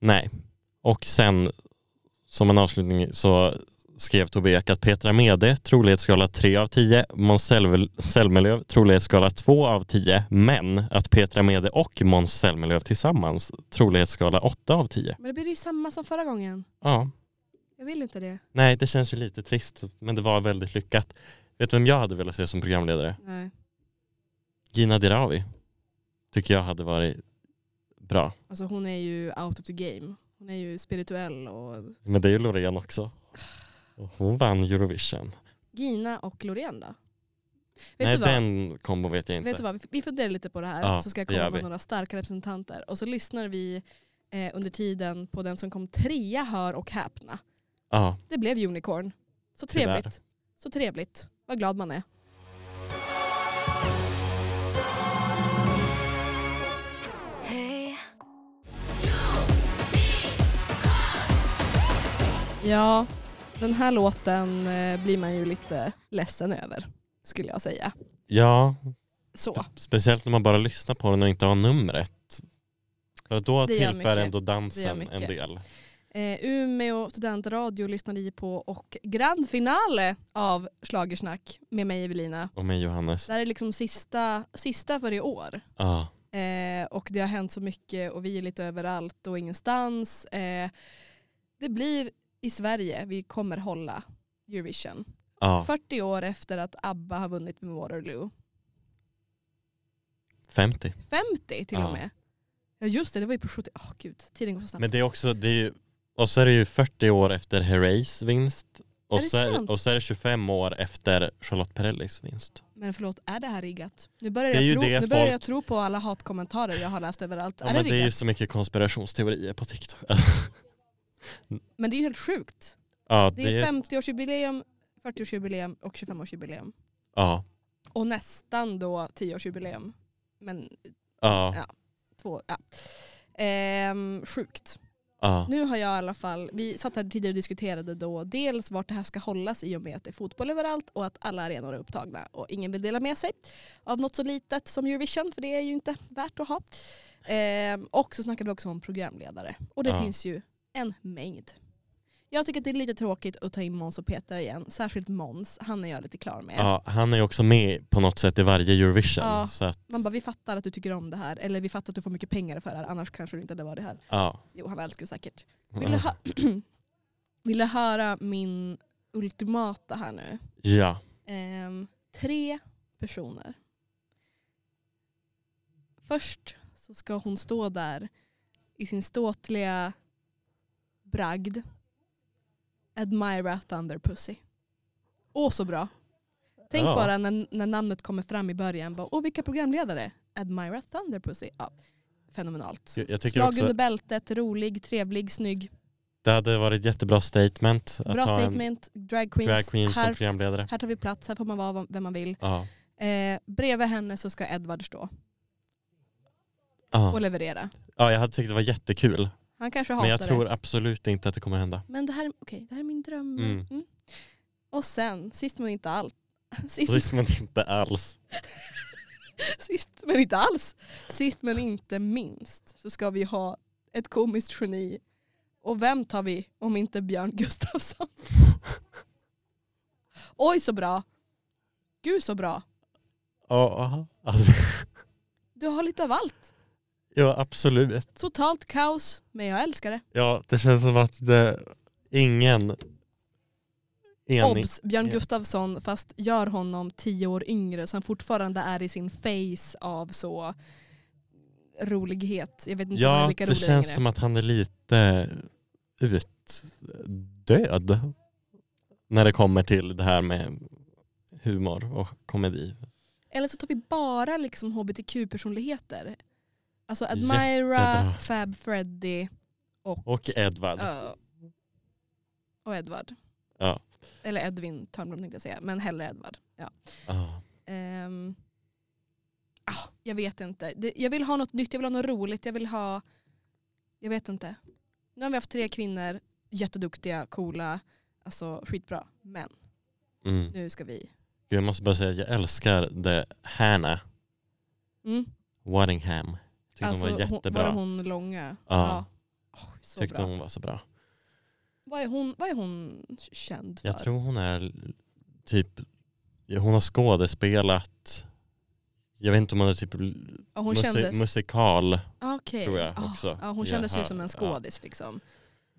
[SPEAKER 2] Nej. Och sen som en avslutning så skrev Tobbe Ek att Petra Mede trolighetsskala 3 av 10, Måns Zelmer- Zelmerlöw trolighetsskala 2 av 10, men att Petra Mede och Måns Zelmerlöw tillsammans trolighetsskala 8 av 10.
[SPEAKER 1] Men det blir ju samma som förra gången.
[SPEAKER 2] Ja.
[SPEAKER 1] Jag vill inte det.
[SPEAKER 2] Nej, det känns ju lite trist, men det var väldigt lyckat. Vet du vem jag hade velat se som programledare?
[SPEAKER 1] Nej.
[SPEAKER 2] Gina Dirawi. Tycker jag hade varit bra.
[SPEAKER 1] Alltså hon är ju out of the game. Hon är ju spirituell och
[SPEAKER 2] Men det är ju Loreen också. Och Hon vann Eurovision.
[SPEAKER 1] Gina och Loreen då? Vet
[SPEAKER 2] Nej,
[SPEAKER 1] du vad?
[SPEAKER 2] den kombo vet jag inte.
[SPEAKER 1] Vet du vad? Vi- Vi funderar lite på det här
[SPEAKER 2] Ja,
[SPEAKER 1] så ska jag
[SPEAKER 2] det gör
[SPEAKER 1] komma med
[SPEAKER 2] vi.
[SPEAKER 1] några starka representanter. Och så lyssnar vi eh, under tiden på den som kom trea, hör och häpna.
[SPEAKER 2] Ja,
[SPEAKER 1] Det blev unicorn. Så
[SPEAKER 2] Tyvärr.
[SPEAKER 1] trevligt. Så trevligt. Vad glad man är. Ja, den här låten eh, blir man ju lite ledsen över skulle jag säga.
[SPEAKER 2] ja
[SPEAKER 1] Så,
[SPEAKER 2] speciellt när man bara lyssnar på den och inte har numret. För att då
[SPEAKER 1] Det gör
[SPEAKER 2] tillför
[SPEAKER 1] mycket.
[SPEAKER 2] ändå
[SPEAKER 1] Det gör
[SPEAKER 2] dansen
[SPEAKER 1] mycket.
[SPEAKER 2] en del.
[SPEAKER 1] eh, Umeå studentradio lyssnade vi på och grand finale av Schlagersnack med mig Evelina.
[SPEAKER 2] Och med Johannes.
[SPEAKER 1] Det här är liksom sista, sista för i år.
[SPEAKER 2] Ja,
[SPEAKER 1] Eh, och det har hänt så mycket och vi är lite överallt och ingenstans. Eh, det blir i Sverige vi kommer hålla Eurovision.
[SPEAKER 2] ja.
[SPEAKER 1] 40 år efter att ABBA har vunnit med Waterloo.
[SPEAKER 2] 50.
[SPEAKER 1] 50 till och
[SPEAKER 2] Ja.
[SPEAKER 1] med. Ja just det, det var ju på 70. Åh gud, tiden går så snabbt.
[SPEAKER 2] Men det är också, det är ju, och så är det ju 40 år efter Herreys vinst. Och,
[SPEAKER 1] Är det
[SPEAKER 2] så är,
[SPEAKER 1] sant?
[SPEAKER 2] och så är det 25 år efter Charlotte Perrellis vinst.
[SPEAKER 1] Men förlåt, är det här riggat? Nu börjar,
[SPEAKER 2] Det är ju
[SPEAKER 1] jag, tro,
[SPEAKER 2] det
[SPEAKER 1] nu börjar
[SPEAKER 2] folk-
[SPEAKER 1] jag tro på alla hatkommentarer jag har läst överallt.
[SPEAKER 2] Ja,
[SPEAKER 1] är det
[SPEAKER 2] men
[SPEAKER 1] riggat?
[SPEAKER 2] det är ju så mycket konspirationsteorier på TikTok.
[SPEAKER 1] Men det är ju helt sjukt.
[SPEAKER 2] ja,
[SPEAKER 1] Det är
[SPEAKER 2] det är,
[SPEAKER 1] 50-årsjubileum, 40-årsjubileum och 25-årsjubileum.
[SPEAKER 2] ja,
[SPEAKER 1] Och nästan då 10-årsjubileum. Men
[SPEAKER 2] ja,
[SPEAKER 1] Ja. Två, ja. Ehm, sjukt.
[SPEAKER 2] Ja.
[SPEAKER 1] Nu har jag i alla fall, vi satt här tidigare och diskuterade då dels vart det här ska hållas i och med att det är fotboll överallt och att alla arenor är upptagna och ingen vill dela med sig av något så litet som Eurovision för det är ju inte värt att ha. Ehm, och så snackade vi också om programledare och det
[SPEAKER 2] Ja.
[SPEAKER 1] finns ju en mängd. Jag tycker att det är lite tråkigt att ta in Måns och Peter igen, särskilt Måns, han är jag lite klar med.
[SPEAKER 2] Ja, han är ju också med på något sätt i varje Eurovision.
[SPEAKER 1] Ja.
[SPEAKER 2] Så att,
[SPEAKER 1] Man bara vi fattar att du tycker om det här eller vi fattar att du får mycket pengar för det här annars kanske du inte hade varit här.
[SPEAKER 2] ja.
[SPEAKER 1] Jo han älskar ju säkert. Vill du, hö- vill du höra min ultimata här nu?
[SPEAKER 2] ja.
[SPEAKER 1] Ehm, tre personer. Först så ska hon stå där i sin ståtliga bragd. Admira Thunder Pussy. Åh så bra. Tänk
[SPEAKER 2] Ja.
[SPEAKER 1] bara när, när namnet kommer fram i början. Bara, Åh vilka programledare? Admira Thunder Pussy. Ja, fenomenalt.
[SPEAKER 2] Jag- Jag tycker
[SPEAKER 1] Slag
[SPEAKER 2] också
[SPEAKER 1] under bältet, rolig, trevlig, snygg.
[SPEAKER 2] det hade varit ett jättebra statement att
[SPEAKER 1] Bra
[SPEAKER 2] ha
[SPEAKER 1] statement, drag
[SPEAKER 2] en
[SPEAKER 1] queens.
[SPEAKER 2] drag queen som
[SPEAKER 1] här,
[SPEAKER 2] programledare.
[SPEAKER 1] här tar vi plats, här får man vara vem man vill.
[SPEAKER 2] Ja.
[SPEAKER 1] Eh, bredvid henne så ska Edvard stå och
[SPEAKER 2] Ja.
[SPEAKER 1] leverera.
[SPEAKER 2] ja, jag hade tyckt det var jättekul.
[SPEAKER 1] Han kanske hatar
[SPEAKER 2] Men jag
[SPEAKER 1] det.
[SPEAKER 2] tror absolut inte att det kommer hända.
[SPEAKER 1] Men det här, är- okej, det här är min dröm.
[SPEAKER 2] Mm.
[SPEAKER 1] Mm. Och sen, sist men inte allt. Sist,
[SPEAKER 2] Precis, men inte alls.
[SPEAKER 1] sist men inte alls. Sist men inte minst så ska vi ha ett komiskt geni. Och vem tar vi om inte Björn Gustafsson? Oj så bra. Gud så bra.
[SPEAKER 2] Ja, alltså,
[SPEAKER 1] Du har lite av allt.
[SPEAKER 2] ja, absolut.
[SPEAKER 1] Totalt kaos, men jag älskar det.
[SPEAKER 2] Ja, det känns som att det, ingen enig.
[SPEAKER 1] Obs! Björn
[SPEAKER 2] Ja.
[SPEAKER 1] Gustafsson fast gör honom tio år yngre så han fortfarande är i sin face av så rolighet. Jag vet inte om han är
[SPEAKER 2] Ja,
[SPEAKER 1] lika
[SPEAKER 2] det
[SPEAKER 1] rolig
[SPEAKER 2] känns
[SPEAKER 1] längre.
[SPEAKER 2] som att han är lite utdöd när det kommer till det här med humor och komedi.
[SPEAKER 1] Eller så tar vi bara liksom hbtq-personligheter. Alltså
[SPEAKER 2] Jättebra.
[SPEAKER 1] Admira, Fab Freddy
[SPEAKER 2] Och Edvard.
[SPEAKER 1] ö, och Edvard.
[SPEAKER 2] Ja.
[SPEAKER 1] Eller Edvin Törnblom tänkte jag säga, men hellre Edvard. Ja.
[SPEAKER 2] Ja.
[SPEAKER 1] Ehm, ah, jag vet inte. Det, jag vill ha något nytt, jag vill ha något roligt, jag vill ha... Jag vet inte. Nu har vi haft tre kvinnor, jätteduktiga, coola, alltså skitbra. Men
[SPEAKER 2] Mm.
[SPEAKER 1] nu ska vi...
[SPEAKER 2] Gud, Jag måste bara säga att jag älskar det Hanna
[SPEAKER 1] Mm. Alltså,
[SPEAKER 2] Waddingham. Tyckte hon var
[SPEAKER 1] hon-
[SPEAKER 2] jättebra.
[SPEAKER 1] bara hon långa.
[SPEAKER 2] Ja.
[SPEAKER 1] Åh, så
[SPEAKER 2] Tyckte
[SPEAKER 1] bra.
[SPEAKER 2] hon var så bra.
[SPEAKER 1] Vad, är hon, vad är hon känd för?
[SPEAKER 2] Jag tror hon är l- typ, hon har skådespelat, jag vet inte om hon är typ l-
[SPEAKER 1] ja, hon
[SPEAKER 2] musi-
[SPEAKER 1] kändes,
[SPEAKER 2] musikal,
[SPEAKER 1] Ah, okej.
[SPEAKER 2] tror jag
[SPEAKER 1] Ah,
[SPEAKER 2] också.
[SPEAKER 1] ja, hon kändes
[SPEAKER 2] Ja,
[SPEAKER 1] ju som en skådis liksom.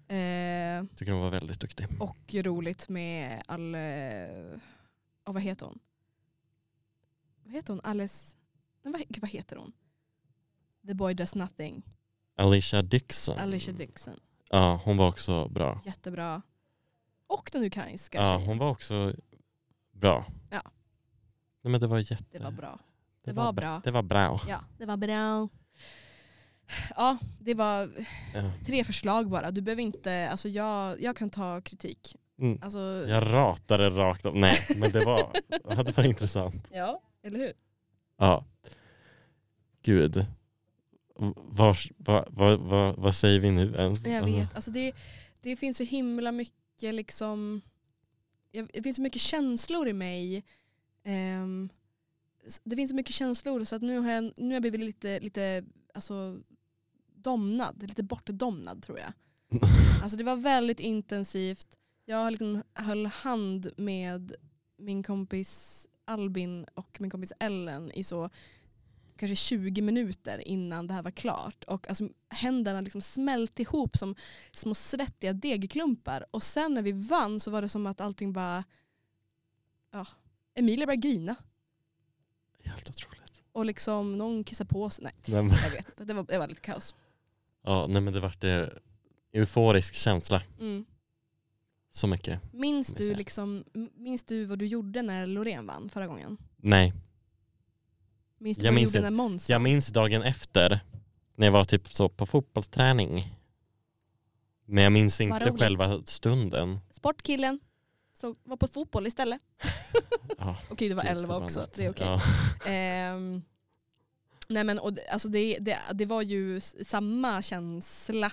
[SPEAKER 1] Eh,
[SPEAKER 2] tycker hon var väldigt duktig.
[SPEAKER 1] och roligt med all... eh, ja, vad heter hon? Vad heter hon? Alice... Nej, vad, gud, vad heter hon? The Boy Does Nothing.
[SPEAKER 2] Alicia Dixon.
[SPEAKER 1] Alicia Dixon.
[SPEAKER 2] Ja, hon var också bra.
[SPEAKER 1] Jättebra. Och den ukrainska
[SPEAKER 2] Ja,
[SPEAKER 1] tjejen.
[SPEAKER 2] hon var också bra.
[SPEAKER 1] Ja.
[SPEAKER 2] Nej, men det var jätte...
[SPEAKER 1] Det var bra.
[SPEAKER 2] det
[SPEAKER 1] var bra.
[SPEAKER 2] Det var bra.
[SPEAKER 1] Ja, det var bra. Ja, det var
[SPEAKER 2] Ja.
[SPEAKER 1] tre förslag bara. Du behöver inte... Alltså jag, jag kan ta kritik.
[SPEAKER 2] Mm.
[SPEAKER 1] Alltså,
[SPEAKER 2] Jag ratade rakt av. Nej, men det var, det hade varit intressant.
[SPEAKER 1] ja, eller hur?
[SPEAKER 2] Ja. Gud. Vars, va, va, va, vad säger vi nu ens?
[SPEAKER 1] Jag vet, alltså det, det finns så himla mycket liksom, jag- det finns så mycket känslor i mig. Ehm, s- det finns så mycket känslor så att nu har jag, nu har jag blivit lite, lite alltså, domnad, lite bortdomnad tror jag. Alltså det var väldigt intensivt. Jag liksom höll hand med min kompis Albin och min kompis Ellen i så kanske 20 minuter innan det här var klart. Och alltså, händerna liksom smälte ihop som små svettiga degklumpar. Och sen när vi vann så var det som att allting bara... Ja, Emilia började grina.
[SPEAKER 2] Helt otroligt.
[SPEAKER 1] Och liksom någon kissade på sig. Nej,
[SPEAKER 2] Nej, men,
[SPEAKER 1] jag vet. Det var, det var lite kaos.
[SPEAKER 2] ja, nej, men det vart eh, euforisk känsla.
[SPEAKER 1] Mm.
[SPEAKER 2] Så mycket.
[SPEAKER 1] Minns,
[SPEAKER 2] Får vi
[SPEAKER 1] du
[SPEAKER 2] se.
[SPEAKER 1] liksom, minns du vad du gjorde när Loreen vann förra gången?
[SPEAKER 2] Nej,
[SPEAKER 1] Minns du
[SPEAKER 2] Jag
[SPEAKER 1] vad du
[SPEAKER 2] minns
[SPEAKER 1] gjorde
[SPEAKER 2] inte.
[SPEAKER 1] när Måns
[SPEAKER 2] Jag
[SPEAKER 1] vann?
[SPEAKER 2] minns dagen efter när jag var typ så på fotbollsträning. Men jag minns inte
[SPEAKER 1] roligt.
[SPEAKER 2] själva stunden.
[SPEAKER 1] Sportkillen så var på fotboll istället.
[SPEAKER 2] Ja,
[SPEAKER 1] Okej, det var
[SPEAKER 2] gud
[SPEAKER 1] elva också.
[SPEAKER 2] förbannat.
[SPEAKER 1] Det är okej.
[SPEAKER 2] Ja.
[SPEAKER 1] Ehm, nej men och, det- alltså det, det, det var ju s- samma känsla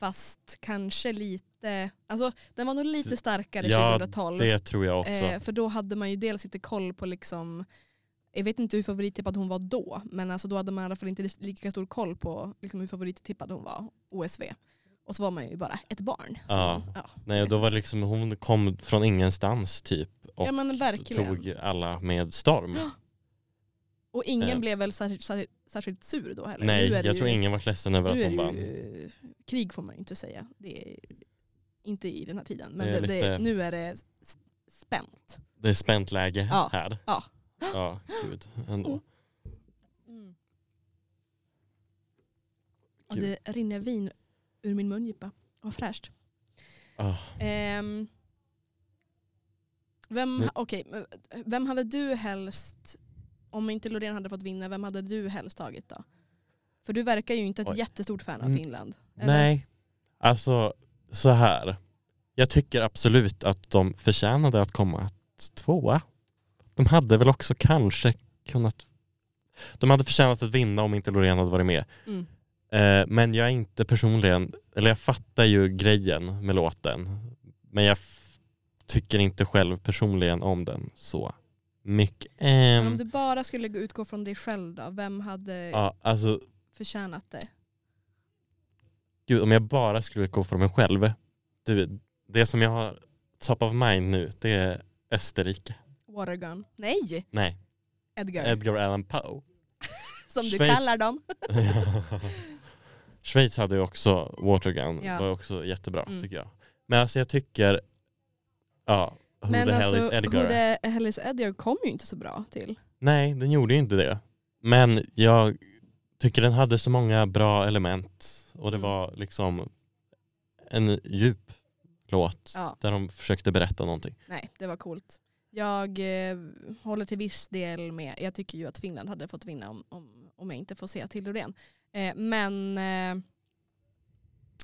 [SPEAKER 1] Fast kanske lite, alltså den var nog lite starkare
[SPEAKER 2] Ja,
[SPEAKER 1] 2012.
[SPEAKER 2] Det tror jag också.
[SPEAKER 1] Eh, för då hade man ju dels inte koll på liksom, jag vet inte hur favorittippad hon var då, men alltså då hade man i alla fall inte lika stor koll på liksom hur favorittippad hon var, OSV. Och så var man ju bara ett barn. Så,
[SPEAKER 2] Ja.
[SPEAKER 1] ja.
[SPEAKER 2] Nej, och då var det liksom, hon kom från ingenstans typ och
[SPEAKER 1] ja men verkligen.
[SPEAKER 2] tog alla med storm.
[SPEAKER 1] Och ingen
[SPEAKER 2] Eh.
[SPEAKER 1] blev väl särskilt, särskilt, särskilt sur då heller?
[SPEAKER 2] Nej,
[SPEAKER 1] Nu är det
[SPEAKER 2] jag tror
[SPEAKER 1] ju-
[SPEAKER 2] ingen var ledsen över
[SPEAKER 1] nu
[SPEAKER 2] att
[SPEAKER 1] är
[SPEAKER 2] hon
[SPEAKER 1] det
[SPEAKER 2] vann.
[SPEAKER 1] ju, eh, Krig får man ju inte säga. Det är inte i den här tiden. Men
[SPEAKER 2] Det
[SPEAKER 1] det
[SPEAKER 2] är
[SPEAKER 1] det,
[SPEAKER 2] lite-
[SPEAKER 1] nu är det s- spänt.
[SPEAKER 2] Det är spänt läge
[SPEAKER 1] Ja,
[SPEAKER 2] här.
[SPEAKER 1] ja. Oh,
[SPEAKER 2] Ja, gud. Ändå.
[SPEAKER 1] Och
[SPEAKER 2] Kul.
[SPEAKER 1] det rinner vin ur min mungipa. Vad fräscht.
[SPEAKER 2] Ah.
[SPEAKER 1] Ehm, vem,
[SPEAKER 2] Nu-
[SPEAKER 1] okej, men eh, vem hade du helst, om inte Loreen hade fått vinna, vem hade du helst tagit då? För du verkar ju inte ett
[SPEAKER 2] Oj.
[SPEAKER 1] jättestort fan av
[SPEAKER 2] Mm.
[SPEAKER 1] Finland. eller?
[SPEAKER 2] Nej, alltså så här. Jag tycker absolut att de förtjänade att komma tvåa. De hade väl också kanske kunnat... De hade förtjänat att vinna om inte Loreen hade varit med.
[SPEAKER 1] Mm.
[SPEAKER 2] Eh, men jag är inte personligen, eller jag fattar ju grejen med låten. Men jag f- tycker inte själv personligen om den så mycket.
[SPEAKER 1] Men om
[SPEAKER 2] Ehm,
[SPEAKER 1] du bara skulle gå- utgå från dig själv då, vem hade
[SPEAKER 2] ja, alltså,
[SPEAKER 1] förtjänat det?
[SPEAKER 2] gud, om jag bara skulle gå för mig själv. Du, det som jag har top of mind nu, det är Österrike.
[SPEAKER 1] Watergun? Nej!
[SPEAKER 2] Nej,
[SPEAKER 1] Edgar,
[SPEAKER 2] Edgar Allan Poe.
[SPEAKER 1] som du
[SPEAKER 2] Schweiz.
[SPEAKER 1] kallar dem.
[SPEAKER 2] Schweiz hade ju också Watergun,
[SPEAKER 1] Ja.
[SPEAKER 2] var också jättebra
[SPEAKER 1] Mm.
[SPEAKER 2] tycker jag. Men alltså jag tycker, ja, Who
[SPEAKER 1] Men
[SPEAKER 2] the hell
[SPEAKER 1] alltså,
[SPEAKER 2] is Edgar?
[SPEAKER 1] Who the hell is Edgar kom ju inte så bra till.
[SPEAKER 2] Nej, den gjorde ju inte det. Men jag tycker den hade så många bra element och det
[SPEAKER 1] Mm.
[SPEAKER 2] var liksom en djup låt
[SPEAKER 1] Ja.
[SPEAKER 2] där de försökte berätta någonting.
[SPEAKER 1] Nej, det var coolt. Jag eh, håller till viss del med. Jag tycker ju att Finland hade fått vinna om, om, om jag inte får se till Loreen. Eh, men, eh,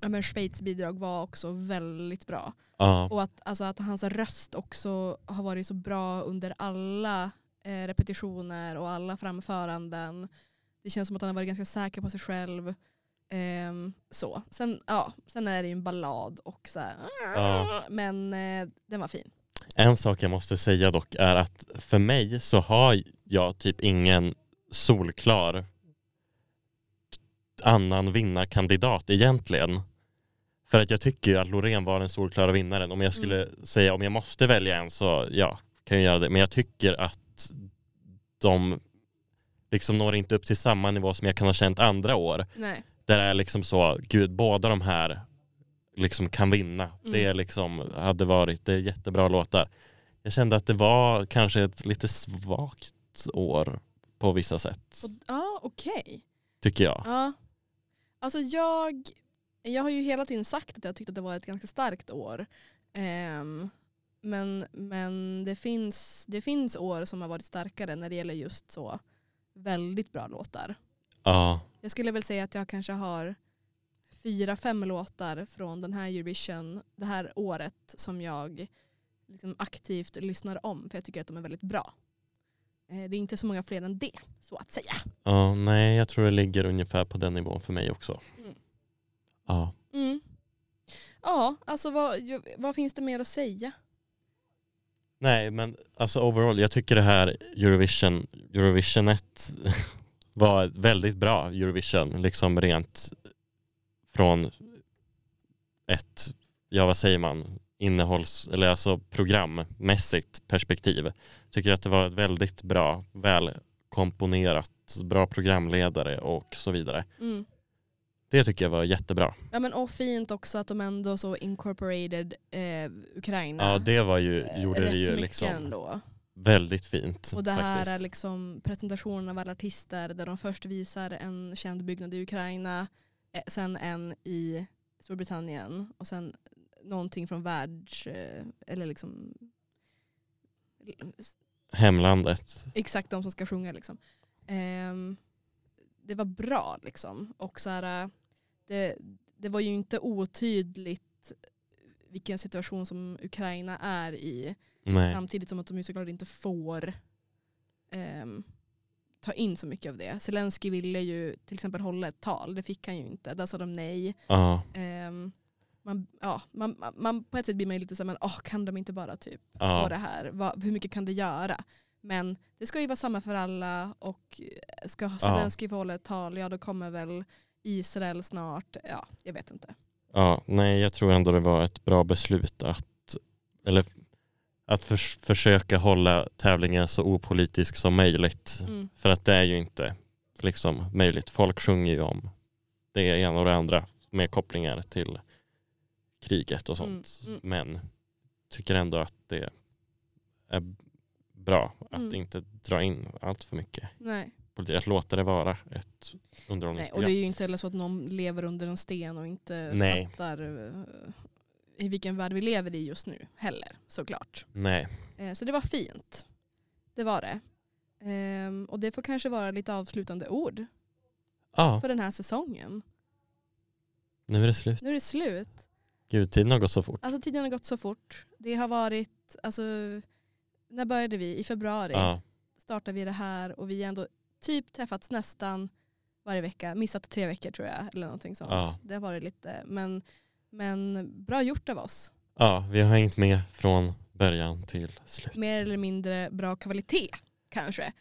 [SPEAKER 1] ja, men Schweiz bidrag var också väldigt bra.
[SPEAKER 2] Ja,
[SPEAKER 1] Och att, alltså, att hans röst också har varit så bra under alla eh, repetitioner och alla framföranden. Det känns som att han har varit ganska säker på sig själv. Ehm, så. Sen, ja, sen är det ju en ballad och så här.
[SPEAKER 2] Ja.
[SPEAKER 1] Men eh, den var fin.
[SPEAKER 2] En sak jag måste säga dock är att för mig så har jag typ ingen solklar annan vinnarkandidat egentligen. För att jag tycker ju att Loreen var den solklara vinnaren. Om jag skulle säga om jag måste välja en så ja, kan jag göra det. Men jag tycker att de liksom når inte upp till samma nivå som jag kan ha känt andra år
[SPEAKER 1] Nej.
[SPEAKER 2] där det är liksom så, gud båda de här liksom kan vinna.
[SPEAKER 1] Mm.
[SPEAKER 2] Det är liksom, hade varit, det är jättebra låtar. Jag kände att det var kanske ett lite svagt år på vissa sätt,
[SPEAKER 1] Och, ja, okej.
[SPEAKER 2] tycker jag.
[SPEAKER 1] Ja. Alltså jag, jag har ju hela tiden sagt att jag tyckte att det var ett ganska starkt år. Ehm, men men det, finns, det finns år som har varit starkare när det gäller just så väldigt bra låtar.
[SPEAKER 2] Ja,
[SPEAKER 1] Jag skulle väl säga att jag kanske har fyra, fem låtar från den här Eurovision det här året som jag liksom aktivt lyssnar om för jag tycker att de är väldigt bra. Eh, Det är inte så många fler än det, så att säga.
[SPEAKER 2] ja nej jag tror det ligger ungefär på den nivån för mig också.
[SPEAKER 1] Mm.
[SPEAKER 2] Ja,
[SPEAKER 1] Mm. Ja, alltså vad, ju- vad finns det mer att säga?
[SPEAKER 2] nej men alltså overall, jag tycker det här Eurovision, Eurovisionet var ett väldigt bra Eurovision, liksom rent från ett, ja vad säger man, innehålls eller alltså programmässigt perspektiv. Tycker att det var ett väldigt bra, välkomponerat, bra programledare och så vidare.
[SPEAKER 1] Mm.
[SPEAKER 2] Det tycker jag var jättebra.
[SPEAKER 1] Ja, men, och fint också att de ändå så incorporated eh, Ukraina.
[SPEAKER 2] Ja, det var ju,
[SPEAKER 1] eh,
[SPEAKER 2] gjorde det
[SPEAKER 1] rätt
[SPEAKER 2] ju
[SPEAKER 1] mycket
[SPEAKER 2] liksom
[SPEAKER 1] ändå.
[SPEAKER 2] väldigt fint.
[SPEAKER 1] Och det här
[SPEAKER 2] faktiskt.
[SPEAKER 1] är liksom presentationen av alla artister där de först visar en känd byggnad i Ukraina, eh, sen en i Storbritannien och sen någonting från världs... Eh, eller liksom...
[SPEAKER 2] Hemlandet.
[SPEAKER 1] Exakt de som ska sjunga liksom. Ehm, det var bra liksom. Och så här, äh, det, det var ju inte otydligt vilken situation som Ukraina är i.
[SPEAKER 2] Nej.
[SPEAKER 1] Samtidigt som att de ju såklart inte får ehm, ta in så mycket av det. Zelensky ville ju till exempel hålla ett tal, det fick han ju inte. Där sa de nej.
[SPEAKER 2] Ja,
[SPEAKER 1] Ehm, man, ja, man, man- man, på ett sätt blir man ju lite så här, men, åh, kan de inte bara typ på
[SPEAKER 2] ja,
[SPEAKER 1] det här? Vad- hur mycket kan det göra? Men det ska ju vara samma för alla och eh, ska Zelenskyj få hålla ett tal, ja då kommer väl Israel snart. Ja, jag vet inte.
[SPEAKER 2] ja. Nej, jag tror ändå det var ett bra beslut att, eller, att förs- försöka hålla tävlingen så opolitisk som möjligt.
[SPEAKER 1] Mm.
[SPEAKER 2] För att det är ju inte liksom möjligt. Folk sjunger ju om det ena och det andra med kopplingar till kriget och sånt.
[SPEAKER 1] Mm,
[SPEAKER 2] Men tycker ändå att det är bra att
[SPEAKER 1] Mm.
[SPEAKER 2] inte dra in allt för mycket.
[SPEAKER 1] Nej.
[SPEAKER 2] politik. Att låta det vara ett
[SPEAKER 1] Nej, och det
[SPEAKER 2] underhållningsprogram.
[SPEAKER 1] är ju inte heller så att någon lever under en sten och inte
[SPEAKER 2] Nej.
[SPEAKER 1] fattar eh, i vilken värld vi lever i just nu heller såklart.
[SPEAKER 2] Nej.
[SPEAKER 1] Eh, Så det var fint. Det var det. Ehm, Och det får kanske vara lite avslutande ord
[SPEAKER 2] Ja,
[SPEAKER 1] för den här säsongen.
[SPEAKER 2] nu är det slut.
[SPEAKER 1] Nu är det slut.
[SPEAKER 2] Gud, tiden har gått så fort.
[SPEAKER 1] Alltså tiden har gått så fort. Det har varit, alltså, när började vi? I februari
[SPEAKER 2] Ja,
[SPEAKER 1] startade vi det här och vi har ändå typ träffats nästan varje vecka. Missat tre veckor tror jag eller någonting sånt.
[SPEAKER 2] Ja.
[SPEAKER 1] Det har varit lite, men, men bra gjort av oss.
[SPEAKER 2] ja, vi har hängt med från början till slut.
[SPEAKER 1] Mer eller mindre bra kvalitet kanske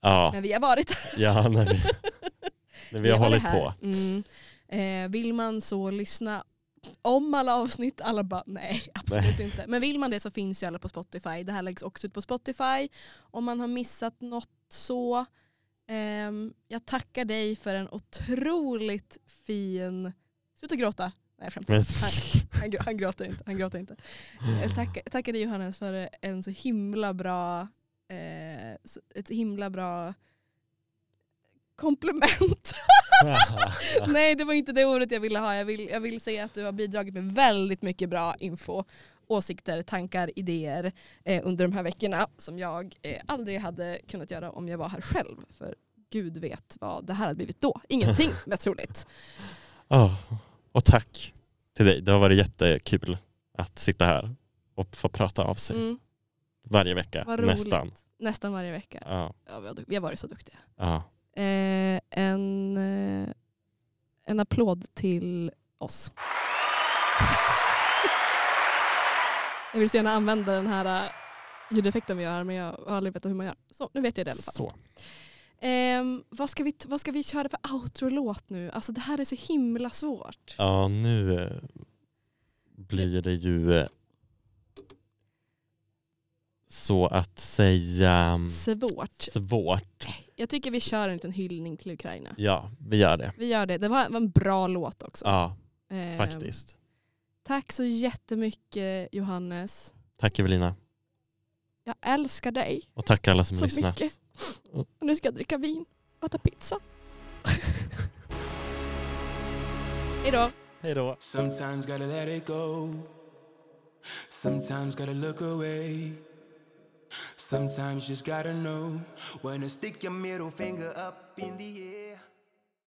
[SPEAKER 2] Ja,
[SPEAKER 1] när vi har varit
[SPEAKER 2] ja när vi, när vi har
[SPEAKER 1] Det var
[SPEAKER 2] hållit
[SPEAKER 1] det här.
[SPEAKER 2] på.
[SPEAKER 1] Mm. Eh, vill man så lyssna om alla avsnitt, alla bara nej absolut inte. Men vill man det så finns ju alla på Spotify. Det här läggs också ut på Spotify. Om man har missat något så. ehm, jag tackar dig för en otroligt fin, sluta gråta. Nej jag skämtar.
[SPEAKER 2] Men,
[SPEAKER 1] Han, gr- han gråter inte. Han gråter inte. Jag tackar, tackar dig Johannes för en så himla bra, eh, så- ett så himla bra komplement. Nej det var inte det ordet jag ville ha. Jag vill, jag vill säga att du har bidragit med väldigt mycket bra info, åsikter, tankar, idéer eh, under de här veckorna som jag eh, aldrig hade kunnat göra om jag var här själv. För gud vet vad det här hade blivit då. Ingenting mest troligt.
[SPEAKER 2] Ja, och tack till dig. Det har varit jättekul att sitta här och få prata av sig
[SPEAKER 1] Mm,
[SPEAKER 2] varje vecka
[SPEAKER 1] vad roligt.
[SPEAKER 2] nästan.
[SPEAKER 1] Nästan varje vecka.
[SPEAKER 2] Ja,
[SPEAKER 1] Ja, vi har du- vi har varit så duktiga.
[SPEAKER 2] ja.
[SPEAKER 1] Eh, en, eh, en applåd till oss. Jag vill så gärna använda den här eh, ljudeffekten vi gör men jag har aldrig vetat hur man gör. Så, nu vet jag det i alla fall.
[SPEAKER 2] Så.
[SPEAKER 1] Ehm, vad, ska vi, t- vad ska vi köra för outro-låt nu? Alltså det här är så himla svårt.
[SPEAKER 2] Ja, nu eh, blir det ju eh, så att säga
[SPEAKER 1] Svårt.
[SPEAKER 2] svårt.
[SPEAKER 1] Jag tycker vi kör en liten hyllning till Ukraina.
[SPEAKER 2] Ja, vi gör det.
[SPEAKER 1] Vi gör det. Det var, var en bra låt också.
[SPEAKER 2] Ja,
[SPEAKER 1] Ehm,
[SPEAKER 2] faktiskt.
[SPEAKER 1] Tack så jättemycket Johannes.
[SPEAKER 2] Tack Evelina
[SPEAKER 1] Jag älskar dig.
[SPEAKER 2] och tack alla som
[SPEAKER 1] så
[SPEAKER 2] lyssnat.
[SPEAKER 1] mycket. Och nu ska jag dricka vin och äta pizza. Hejdå.
[SPEAKER 2] Hej då.
[SPEAKER 3] Sometimes gotta let it go. Sometimes gotta look away. Sometimes just gotta know when to stick your middle finger up in the air.